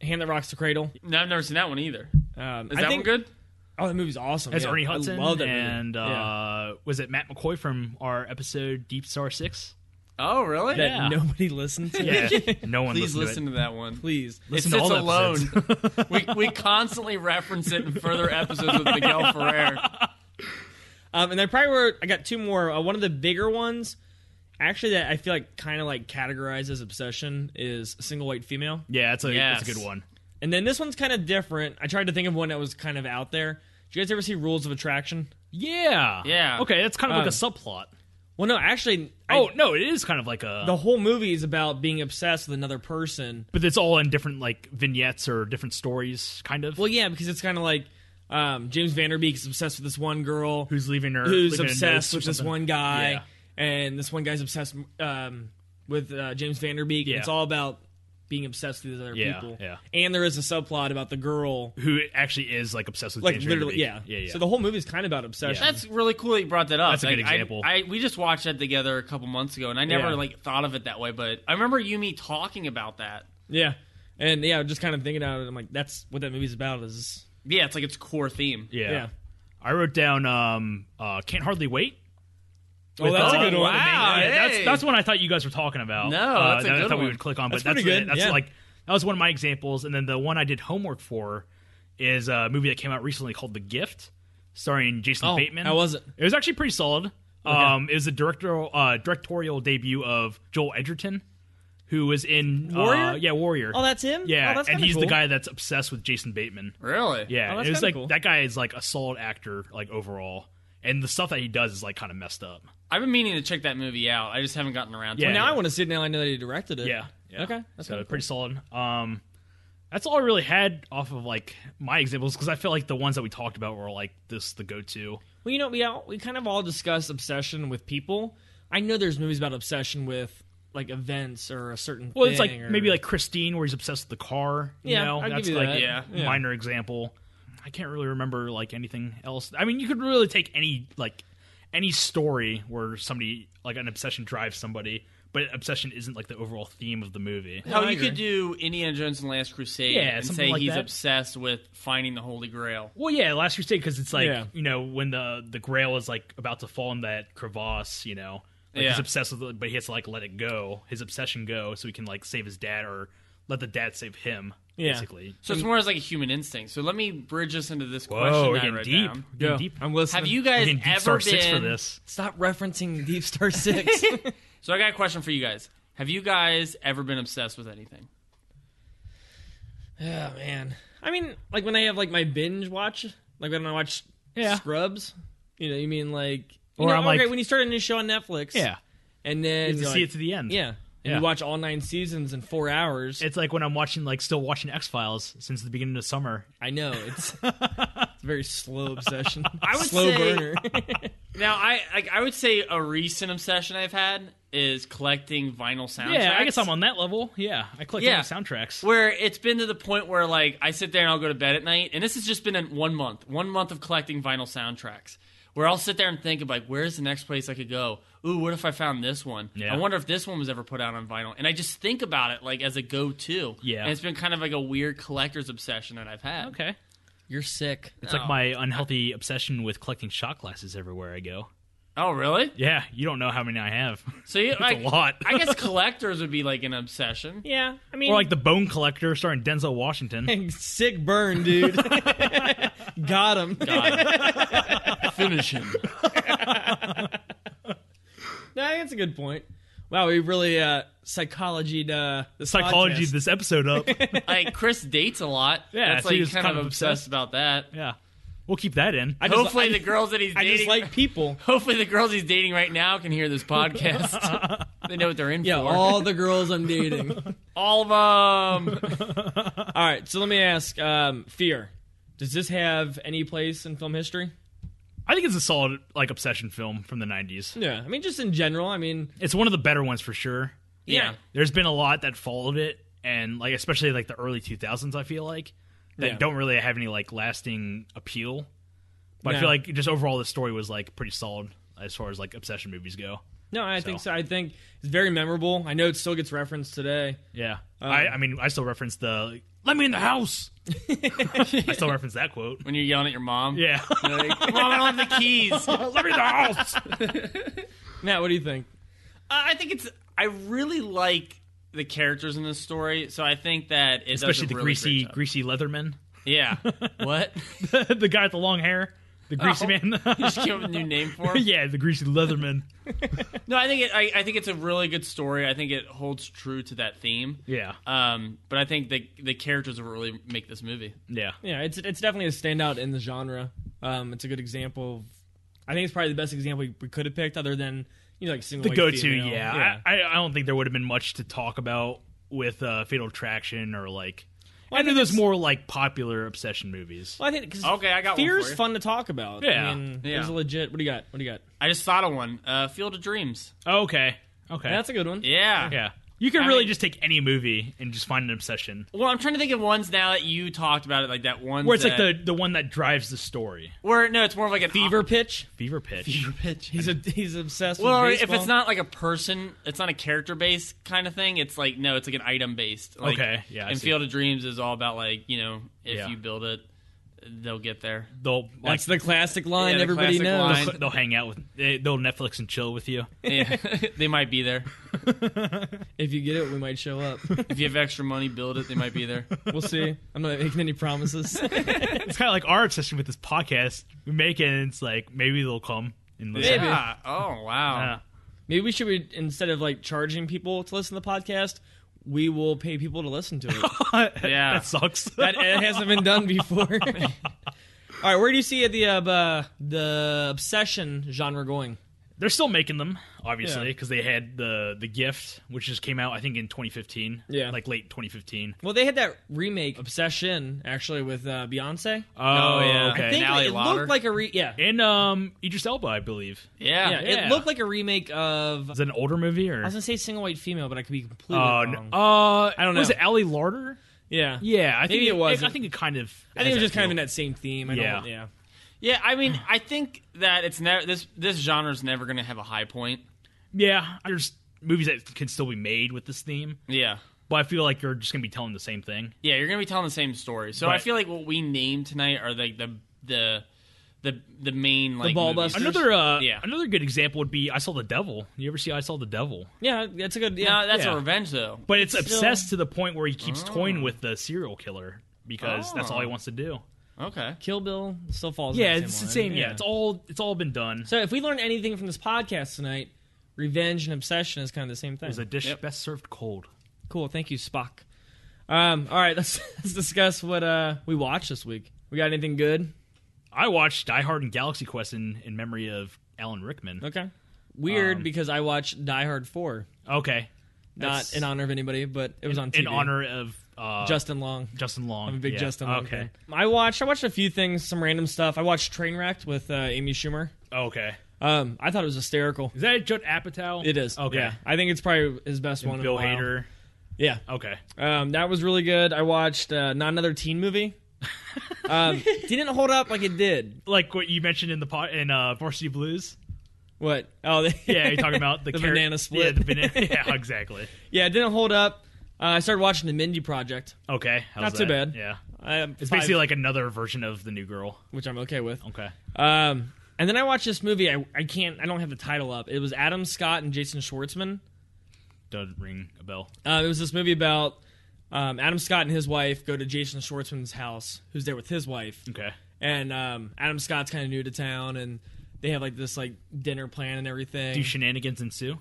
A: Hand that rocks the cradle.
C: No, I've never seen that one either.
A: Um,
C: Is
A: I
C: that
A: think,
C: one good?
A: Oh, that movie's awesome.
B: As
A: yeah.
B: Ernie E. Hudson
A: I love that movie.
B: and uh,
A: Yeah.
B: was it Matt McCoy from our episode Deep Star Six?
C: Oh, really?
A: that
B: yeah.
A: nobody listened to.
B: Yeah, no one listened
C: Please
B: to it.
C: listen to, that one.
A: Please.
B: Listen
C: it
B: to
C: sits
B: all
C: alone.
B: the episodes.
C: we we constantly reference it in further episodes with Miguel Ferrer.
A: Um, and I probably were. I got two more. Uh, one of the bigger ones, actually, that I feel like kind of like categorized as obsession is single white female.
B: yeah, it's a it's
C: Yes.
B: a good one.
A: And then this one's kind of different. I tried to think of one that was kind of out there. Did you guys ever see Rules of Attraction?
B: Yeah,
C: Yeah.
B: Okay, that's kind of like
A: Um,
B: a subplot.
A: Well, no, actually, I-
B: Oh no, it is kind of like a
A: the whole movie is about being obsessed with another person.
B: but it's all in different like vignettes or different stories, kind of.
A: Well, yeah, because it's kind of like um, James Vanderbeek is obsessed with this one girl
B: who's leaving her?
A: who's
B: leaving a
A: obsessed
B: note or
A: with this
B: something.
A: one guy,
B: Yeah.
A: and this one guy's obsessed um, with uh, James Vanderbeek.
B: Yeah.
A: It's all about being obsessed with these other
B: Yeah,
A: people.
B: yeah.
A: And there is a subplot about the girl,
B: who actually is like obsessed with
A: like
B: James
A: literally,
B: Vanderbeek.
A: yeah.
B: yeah, yeah.
A: So the whole movie is kind of about obsession.
C: That's really cool that you brought that up.
B: That's a good
C: Like, I-
B: example.
C: I, we just watched that together a couple months ago, and I never
A: Yeah.
C: like thought of it that way. But I remember you me talking about that.
A: Yeah. And yeah, just kind of thinking about it. I'm like, that's what that movie's about. Is
C: Yeah, it's like its core theme.
B: yeah.
A: yeah.
B: I wrote down um uh can't hardly wait.
A: Oh, that's a
B: uh,
A: good one.
C: wow.
B: yeah,
C: hey.
B: that's that's one I thought you guys were talking about.
C: No,
B: Uh,
C: that's a
B: that I
C: good
B: thought we
C: one.
B: would click on, but
A: That's
B: that's
A: pretty good,
B: it. That's
A: yeah.
B: like that was one of my examples, and then the one I did homework for is a movie that came out recently called The Gift, starring Jason
A: Oh,
B: Bateman.
A: how was it?
B: It was actually pretty solid. Um, it was the directorial uh, directorial debut of Joel Edgerton, who was in uh,
A: Warrior?
B: yeah Warrior.
A: Oh, that's him.
B: yeah,
A: Oh, that's
B: and
A: kinda
B: he's the
A: cool.
B: guy that's obsessed with Jason Bateman.
C: Really?
B: Yeah,
A: Oh,
B: and
A: that's
B: it was
A: kinda
B: like
A: cool.
B: that guy is like a solid actor, like overall, and the stuff that he does is like kind of messed up.
C: I've been meaning to check that movie out. I just haven't gotten around to
B: Yeah.
C: it.
A: Now I want to see it. Now I know that he directed it.
B: Yeah, yeah.
A: Okay. That's
B: so
A: kinda
B: pretty solid. Um, that's all I really had off of like my examples because I feel like the ones that we talked about were like this the go to.
A: Well, you know, we all, we kind of all discuss obsession with people. I know there's movies about obsession with like events or a certain.
B: Well, it's like
A: thing or-
B: maybe like Christine where he's obsessed with the car. You
A: Yeah,
B: know,
A: I'll give
B: that's
A: you
B: like
A: that.
B: a
C: Yeah.
A: Yeah.
B: minor example. I can't really remember like anything else. I mean, you could really take any like any story where somebody like an obsession drives somebody, but obsession isn't like the overall theme of the movie.
C: How
A: I
C: you could
A: agree.
C: do Indiana Jones and the Last Crusade
B: Yeah,
C: and
B: something
C: say
B: like
C: he's
B: that.
C: obsessed with finding the Holy Grail.
B: Well, yeah, Last Crusade because it's like
A: Yeah.
B: you know when the the Grail is like about to fall in that crevasse, you know, like
C: Yeah.
B: he's obsessed with it, but he has to like let it go, his obsession go, so he can like save his dad or let the dad save him.
A: Yeah.
B: Basically,
C: So it's more as like a human instinct. So let me bridge this into this
B: Mm. Whoa,
C: question
B: we're
C: that I
B: getting
C: wrote
B: deep.
C: down.
B: We're getting deep.
A: I'm listening.
C: Have you
B: We're
C: guys
B: getting deep
C: ever
B: star
C: been?
B: six for this.
A: Stop referencing Deep Star Six.
C: So I got a question for you guys. Have you guys ever been obsessed with anything?
A: Yeah, Oh, man. I mean, like when I have like my binge watch, like when I watch
B: Yeah.
A: Scrubs, you know, you mean like, you
B: Or
A: know,
B: I'm
A: okay,
B: like-
A: when you start a new show on Netflix,
B: Yeah,
A: and then
B: you have to
A: you're
B: see
A: like-
B: it to the end.
A: yeah, and
B: Yeah.
A: you watch all nine seasons in four hours.
B: It's like when I'm watching, like, still watching X Files since the beginning of summer.
A: I know it's, it's a very slow obsession,
C: I would
A: slow
C: say-
A: burner.
C: Now I like I would say a recent obsession I've had is collecting vinyl soundtracks.
B: Yeah, I guess I'm on that level. Yeah, I collect
C: Yeah.
B: all the soundtracks.
C: where it's been to the point where like I sit there and I'll go to bed at night, and this has just been in one month, one month of collecting vinyl soundtracks, where I'll sit there and think of like, where's the next place I could go? Ooh, what if I found this one?
B: Yeah.
C: I wonder if this one was ever put out on vinyl, and I just think about it like as a go-to.
B: Yeah.
C: and it's been kind of like a weird collector's obsession that I've had. Oh.
B: Okay,
A: You're sick.
B: it's like my unhealthy obsession with collecting shot glasses everywhere I go.
C: Oh, really?
B: Yeah, you don't know how many I have.
C: So you like
B: lot.
C: I guess collectors would be like an obsession.
A: Yeah, I mean,
B: or like the Bone Collector starring Denzel Washington.
A: sick burn, dude. Got him.
C: Finish him.
A: No, that's a good point. Wow, we really uh psychologied uh the
B: Psychology
A: podcast.
B: this episode up.
C: like Chris dates a lot.
B: Yeah,
C: that's
B: so
C: like
B: he was
C: kind, of obsessed about that.
B: yeah, we'll keep that in.
A: I just-
C: Hopefully, the girls that he's
A: I
C: dating
A: just like people.
C: Hopefully, the girls he's dating right now can hear this podcast. they know what they're in
A: Yeah,
C: for.
A: all the girls I'm dating. all
C: All of them.
A: right, so let me ask um Fear. Does this have any place in film history?
B: I think it's a solid like obsession film from the '90s.
A: Yeah, I mean just in general. I mean,
B: It's one of the better ones for sure.
C: Yeah.
B: there's been a lot that followed it and like especially like the early 2000s i feel like that
A: Yeah.
B: don't really have any like lasting appeal but i
A: No.
B: feel like just overall the story was like pretty solid as far as like obsession movies go
A: no, I think
B: So.
A: so. I think it's very memorable. I know it still gets referenced today.
B: yeah I, I mean i still reference the let me in the house i still reference that quote
C: When you're yelling at your mom.
B: yeah
C: Like, mom, I don't have the keys. Uh,
B: let me in the house
A: Matt, what do you think?
C: I think it's. I really like the characters in this story, so I think that it does a
B: especially the
C: really great
B: greasy
C: job.
B: greasy leatherman
C: yeah. what?
B: the guy with the long hair the greasy
C: Oh.
B: man
C: Just give him a new name for him.
B: yeah the greasy leatherman
C: No, I think it, I, I think it's a really good story. I think it holds true to that theme.
B: yeah
C: Um, but I think the the characters will really make this movie.
B: yeah
A: Yeah, it's it's definitely a standout in the genre. Um, it's a good example. Of, I think it's probably the best example we, we could have picked, other than you know, like single
B: the
A: white
B: go-to
A: female.
B: yeah, I, I- I don't think there would have been much to talk about with uh, fatal attraction or like
A: Well, I
B: any of
A: think
B: those
A: it's-
B: more like popular obsession movies
A: Well, I think 'cause
C: Okay, I got one
A: Fear's
C: for you.
A: fun to talk about.
B: Yeah,
A: I mean,
C: yeah.
A: it's legit. What do you got? What do you got?
C: I just thought of one. Uh, Field of Dreams.
B: okay okay
A: That's a good one.
C: Yeah.
B: yeah you can really
C: mean-
B: just take any movie and just find an obsession
C: Well, I'm trying to think of ones now that you talked about it, like that one
B: where it's like the the one that drives the story
C: where no, it's more of like a
A: Fever pitch.
B: fever pitch
C: pitch.
A: He's a, he's obsessed.
C: Well, or
A: with
C: if
A: baseball.
C: it's not like a person, it's not a character based kind of thing. It's like no, it's like an item based. Like,
B: Okay, yeah, I
C: And
B: see.
C: Field of Dreams is all about like you know if
B: Yeah.
C: you build it, they'll get there.
B: they'll like
A: that's the classic line
C: Yeah, the
A: everybody
C: classic
A: knows.
C: line.
B: they'll hang out with they, they'll netflix and chill with you
C: Yeah. they might be there
A: If you get it, we might show up.
C: if you have extra money. Build it, they might be there.
A: We'll see. I'm not making any promises.
B: it's kind of like our obsession with this podcast we make it and it's like maybe they'll come and listen
A: Maybe.
C: Yeah. Oh wow.
B: Yeah.
A: Maybe we should be instead of like charging people to listen to the podcast, we will pay people to listen to it.
C: Yeah.
B: that sucks
A: that it hasn't been done before. All right, where do you see the uh, uh, the obsession genre going?
B: they're still making them obviously
A: Yeah.
B: because they had the the gift which just came out i think in 2015
A: Yeah.
B: like late 2015
A: Well, they had that remake obsession actually with uh, Beyonce.
B: oh,
C: yeah.
A: I
B: okay
A: think
C: Natalie
A: it
C: Lauder.
A: looked like a re- yeah.
B: and um idris elba i believe
C: Yeah.
A: yeah,
B: yeah.
A: it looked like a remake of.
B: is it an older movie or
A: I was gonna say single white female, but I could be completely
B: uh,
A: wrong.
B: no, uh
A: I don't
B: was
A: know.
B: it ellie larder
A: Yeah.
B: Yeah, I think
A: Maybe it wasn't.
B: I think it kind of.
A: I think it was just kind of in that same theme. I
B: Yeah.
A: don't. Yeah.
C: Yeah, I mean, I think that it's never this this genre's never going to have a high point.
B: Yeah, there's movies that can still be made with this theme,
C: Yeah.
B: but I feel like you're just gonna be telling the same thing.
C: Yeah, you're going to be telling the same story. So I
B: Right.
C: feel like what we named tonight are like the the the the main like
A: ball
C: movies.
A: busters?
B: Another uh,
C: Yeah.
B: another good example would be I Saw the Devil. You ever see I Saw the Devil?
A: Yeah. That's a good. Yeah.
C: No, that's
B: Yeah.
C: a revenge though.
B: But it's
A: Still- Oh.
B: obsessed to the point where he keeps toying with the serial killer because that's all he
C: Oh.
B: wants to do.
C: Okay.
A: Kill Bill still falls. in
B: Yeah,
A: that
B: it's the
A: line.
B: same. Yeah. it's all it's all been done.
A: So if we learned anything from this podcast tonight, revenge and obsession is kind of the same thing.
B: Is a dish
C: Yep.
B: best served cold?
A: Cool. Thank you, Spock. Um, all right, let's let's discuss what uh, we watched this week. We got anything good?
B: I watched Die Hard and Galaxy Quest in, in memory of Alan Rickman.
A: Okay. Weird
B: Um,
A: because I watched Die Hard Four,
B: Okay,
A: not
B: That's
A: in honor of anybody, but it was on TV.
B: in honor of uh,
A: Justin Long.
B: Justin Long.
A: I'm a big
B: Yeah.
A: Justin Long
B: Okay,
A: fan. I watched I watched a few things, some random stuff. I watched Trainwrecked with uh, Amy Schumer.
B: okay.
A: Um, I thought it was hysterical.
B: Is that Judd Apatow?
A: It is.
B: Okay.
A: Yeah. I think it's probably his best
B: And
A: one.
B: Bill
A: in a while.
B: Hader.
A: Yeah.
B: Okay.
A: Um, that was really good. I watched uh, not another teen movie. um, didn't hold up like it did.
B: Like what you mentioned in the pot in uh, Varsity Blues.
A: What? Oh, they-
B: Yeah, you're talking about the,
A: The
B: carrot-
A: banana split.
B: Yeah, the banana. yeah, exactly.
A: yeah. It didn't hold up. Uh, I started watching the Mindy Project.
B: Okay, how's
A: Not too
B: that?
A: bad.
B: Yeah,
A: Um,
B: it's basically like another version of the New Girl.
A: which I'm okay with.
B: Okay.
A: Um, and then I watched this movie. I, I can't. I don't have the title up. It was Adam Scott and Jason Schwartzman.
B: Does ring a bell?
A: Uh, it was this movie about um, Adam Scott and his wife go to Jason Schwartzman's house, who's there with his wife,
B: Okay.
A: and um, Adam Scott's kind of new to town, and they have like this like dinner plan and everything.
B: Do shenanigans ensue?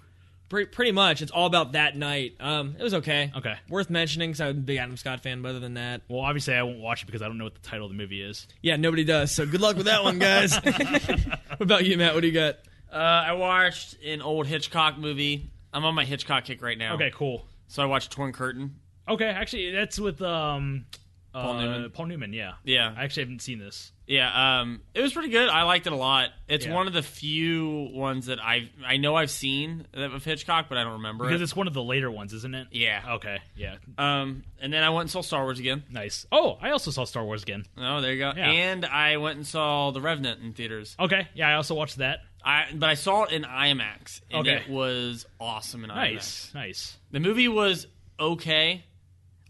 A: Pre- pretty much, it's all about that night. Um, it was okay.
B: Okay.
A: Worth mentioning because I'm a big Adam Scott fan. But other than that,
B: Well, obviously, I won't watch it because I don't know what the title of the movie is.
A: yeah, nobody does. So good luck with that one, guys. what about you, Matt? What do you got?
C: Uh, I watched an old Hitchcock movie. I'm on my Hitchcock kick right
A: Oh.
C: now.
B: Okay, cool.
C: So I watched Torn Curtain.
B: Okay, actually, that's with um,
C: Paul
B: uh,
C: Newman?
B: Paul Newman, yeah.
C: Yeah.
B: I actually haven't seen this.
C: Yeah, um, it was pretty good. I liked it a lot. It's
B: Yeah.
C: one of the few ones that I I know I've seen of Hitchcock, but I don't remember
B: Because
C: it.
B: it's Oh. one of the later ones, isn't it?
C: Yeah.
B: Okay, yeah.
C: Um, and then I went and saw Star Wars again.
B: Nice. Oh, I also saw Star Wars again.
C: Oh, there you go.
B: Yeah.
C: And I went and saw The Revenant in theaters.
B: Okay, yeah, I also watched that.
C: I but I saw it in IMAX, and
B: Okay.
C: it was awesome in
A: Oh,
C: IMAX.
B: Nice, nice.
C: The movie was okay.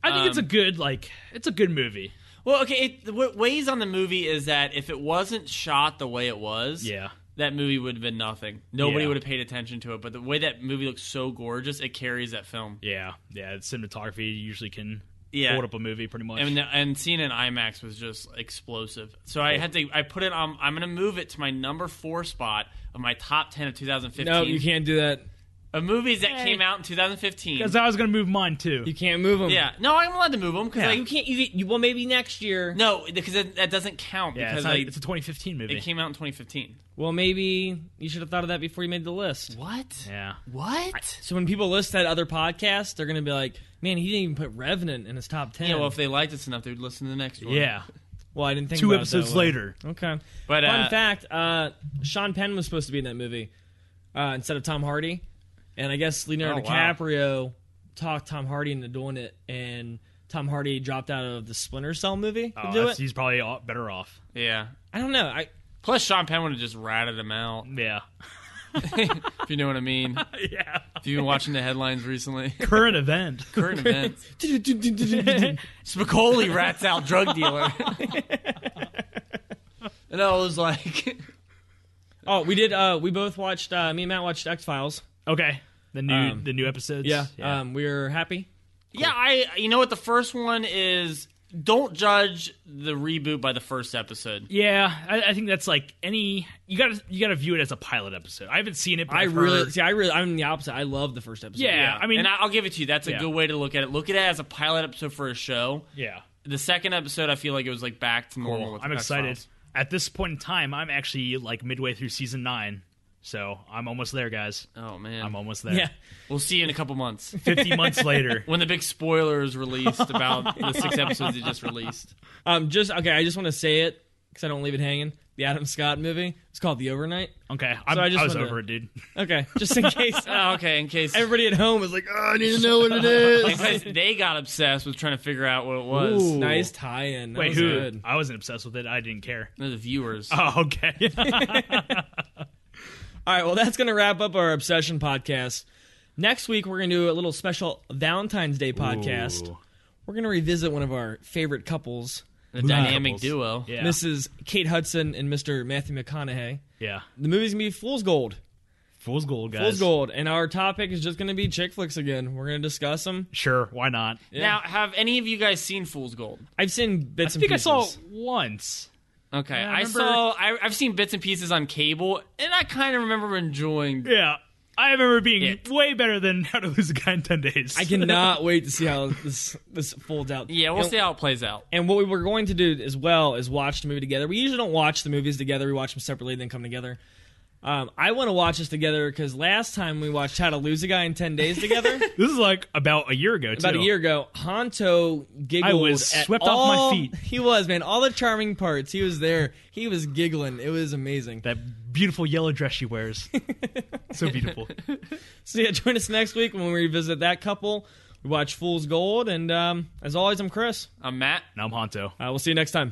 B: I think it's a
C: Um,
B: good, like, it's a good movie.
C: Well, okay. It, what weighs on the movie is that if it wasn't shot the way it was,
B: Yeah.
C: that movie would have been nothing. Nobody
B: Yeah.
C: would have paid attention to it. But the way that movie looks so gorgeous, it carries that film.
B: Yeah, yeah. Cinematography usually can
C: Yeah.
B: hold up a movie pretty much.
C: And, and seeing it in IMAX was just explosive. So I had to, I put it on, I'm going to move it to my number four spot of my top 10 of 2015.
A: No, you can't do that.
C: Of movies that
B: Hey.
C: came out in 2015.
B: Because I was gonna move mine too.
A: You can't move them.
C: yeah. No, I'm allowed to move them because
B: Yeah.
A: You can't. You, you well, maybe next year.
C: no, because that, that doesn't count
B: yeah,
C: because
B: it's, not-
C: I-
B: it's a 2015 movie.
C: it came out in 2015.
A: Well, maybe you should have thought of that before you made the list.
C: What?
B: yeah,
C: What?
A: So when people list that other podcast, they're gonna be like, "Man, he didn't even put Revenant in his top 10.
C: Yeah, well, if they liked us enough, they would listen to the next one.
B: yeah.
A: Well, I didn't think
B: Two
A: about it
B: episodes
A: that way.
B: later.
A: Okay.
C: But,
A: fun
C: uh,
A: fact: uh, Sean Penn was supposed to be in that movie uh, instead of Tom Hardy, and I guess Leonardo
C: Oh, wow.
A: DiCaprio talked Tom Hardy into doing it, and Tom Hardy dropped out of the Splinter Cell movie to
B: Oh,
A: do
B: that's-
A: it.
B: He's probably all- better off.
C: Yeah.
A: I don't know. I
C: Plus, Sean Penn would have just ratted him out,
B: Yeah,
C: if you know what I mean. If
B: yeah.
C: you've been watching the headlines recently,
B: Current event.
C: current events. Spicoli rats out drug dealer. and I was like,
A: oh, we did. Uh, we both watched. Uh, me and Matt watched X Files.
B: Okay, the new
A: Um,
B: the new episodes.
A: Yeah. Um, we were happy.
C: yeah, I. You know what? The first one is don't judge the reboot by the first episode.
B: yeah. I, I think that's like any you gotta you gotta view it as a pilot episode. I haven't seen it. But
A: I
B: I've
A: really
B: heard-
A: see. I really. I'm the opposite. I love the first episode.
B: Yeah. I mean-
C: and I'll give it to you. That's a
B: Yeah.
C: good way to look at it. Look at it as a pilot episode for a show.
B: yeah.
C: The second episode, I feel like it was like back to normal.
B: Well,
C: with
B: I'm
C: X-Files.
B: excited. At this point in time, I'm actually like midway through season nine, so I'm almost there, guys.
C: Oh man,
B: I'm almost there.
A: Yeah.
C: we'll see you in a couple months
B: 50 months later.
C: when the big spoiler is released about the six episodes they just released.
A: Um. Just okay. I just want to say it because I don't leave it hanging. the Adam Scott movie. It's called The Overnight.
B: Okay, I'm,
A: I
B: I,
A: just
B: was
A: wanted to-
B: over it, dude.
A: Okay, just in case. uh,
C: Oh, okay, in case
A: Everybody at home is like, oh, I need to know what it is.
C: in case they got obsessed with trying to figure out what it was.
B: Ooh.
A: Nice tie-in. That
B: Wait,
A: was
B: who?
A: Good.
B: I wasn't obsessed with it. I didn't care.
C: They're the viewers.
B: Oh, okay.
A: All right, well, that's going to wrap up our obsession podcast. Next week, we're going to do a little special Valentine's Day podcast.
B: Ooh.
A: We're going to revisit one of our favorite couples,
C: the dynamic
B: couples.
C: duo.
B: Yeah.
A: Mrs. Kate Hudson and Mr. Matthew McConaughey.
B: yeah.
A: The movie's going to be Fool's Gold.
B: Fool's gold, guys.
A: Fool's Gold. And our topic is just going to be chick flicks again. We're going to discuss them.
B: Sure, why not?
C: Now, have any of you guys seen Fool's Gold?
A: I've seen bits
B: I
A: and
B: think I
A: pieces.
B: saw it once.
C: Okay,
B: Yeah, I
C: I,
B: remember-
C: saw. I, I've seen bits and pieces on cable, and I kind of remember enjoying.
B: Yeah. I remember being
C: It.
B: way better than How to Lose a Guy in 10 Days.
A: I cannot wait to see how this this folds out.
C: Yeah, we'll
A: And-
C: see how it plays out.
A: And what we were going to do as well is watch the movie together. We usually don't watch the movies together. We watch them separately, then come together. Um, I want to watch this together because last time we watched How to Lose a Guy in 10 Days together,
B: This is like about a year ago, too.
A: about a year ago, Honto giggled.
B: I was
A: at
B: swept off my
A: all-
B: feet.
A: He was, man. All the charming parts. He was there. He was giggling. It was amazing.
B: That beautiful yellow dress she wears. so beautiful.
A: So, yeah, join us next week when we revisit that couple. We watch Fool's Gold. And um, as always, I'm Chris.
C: I'm Matt.
B: Now I'm Honto.
A: Uh, we'll see you next time.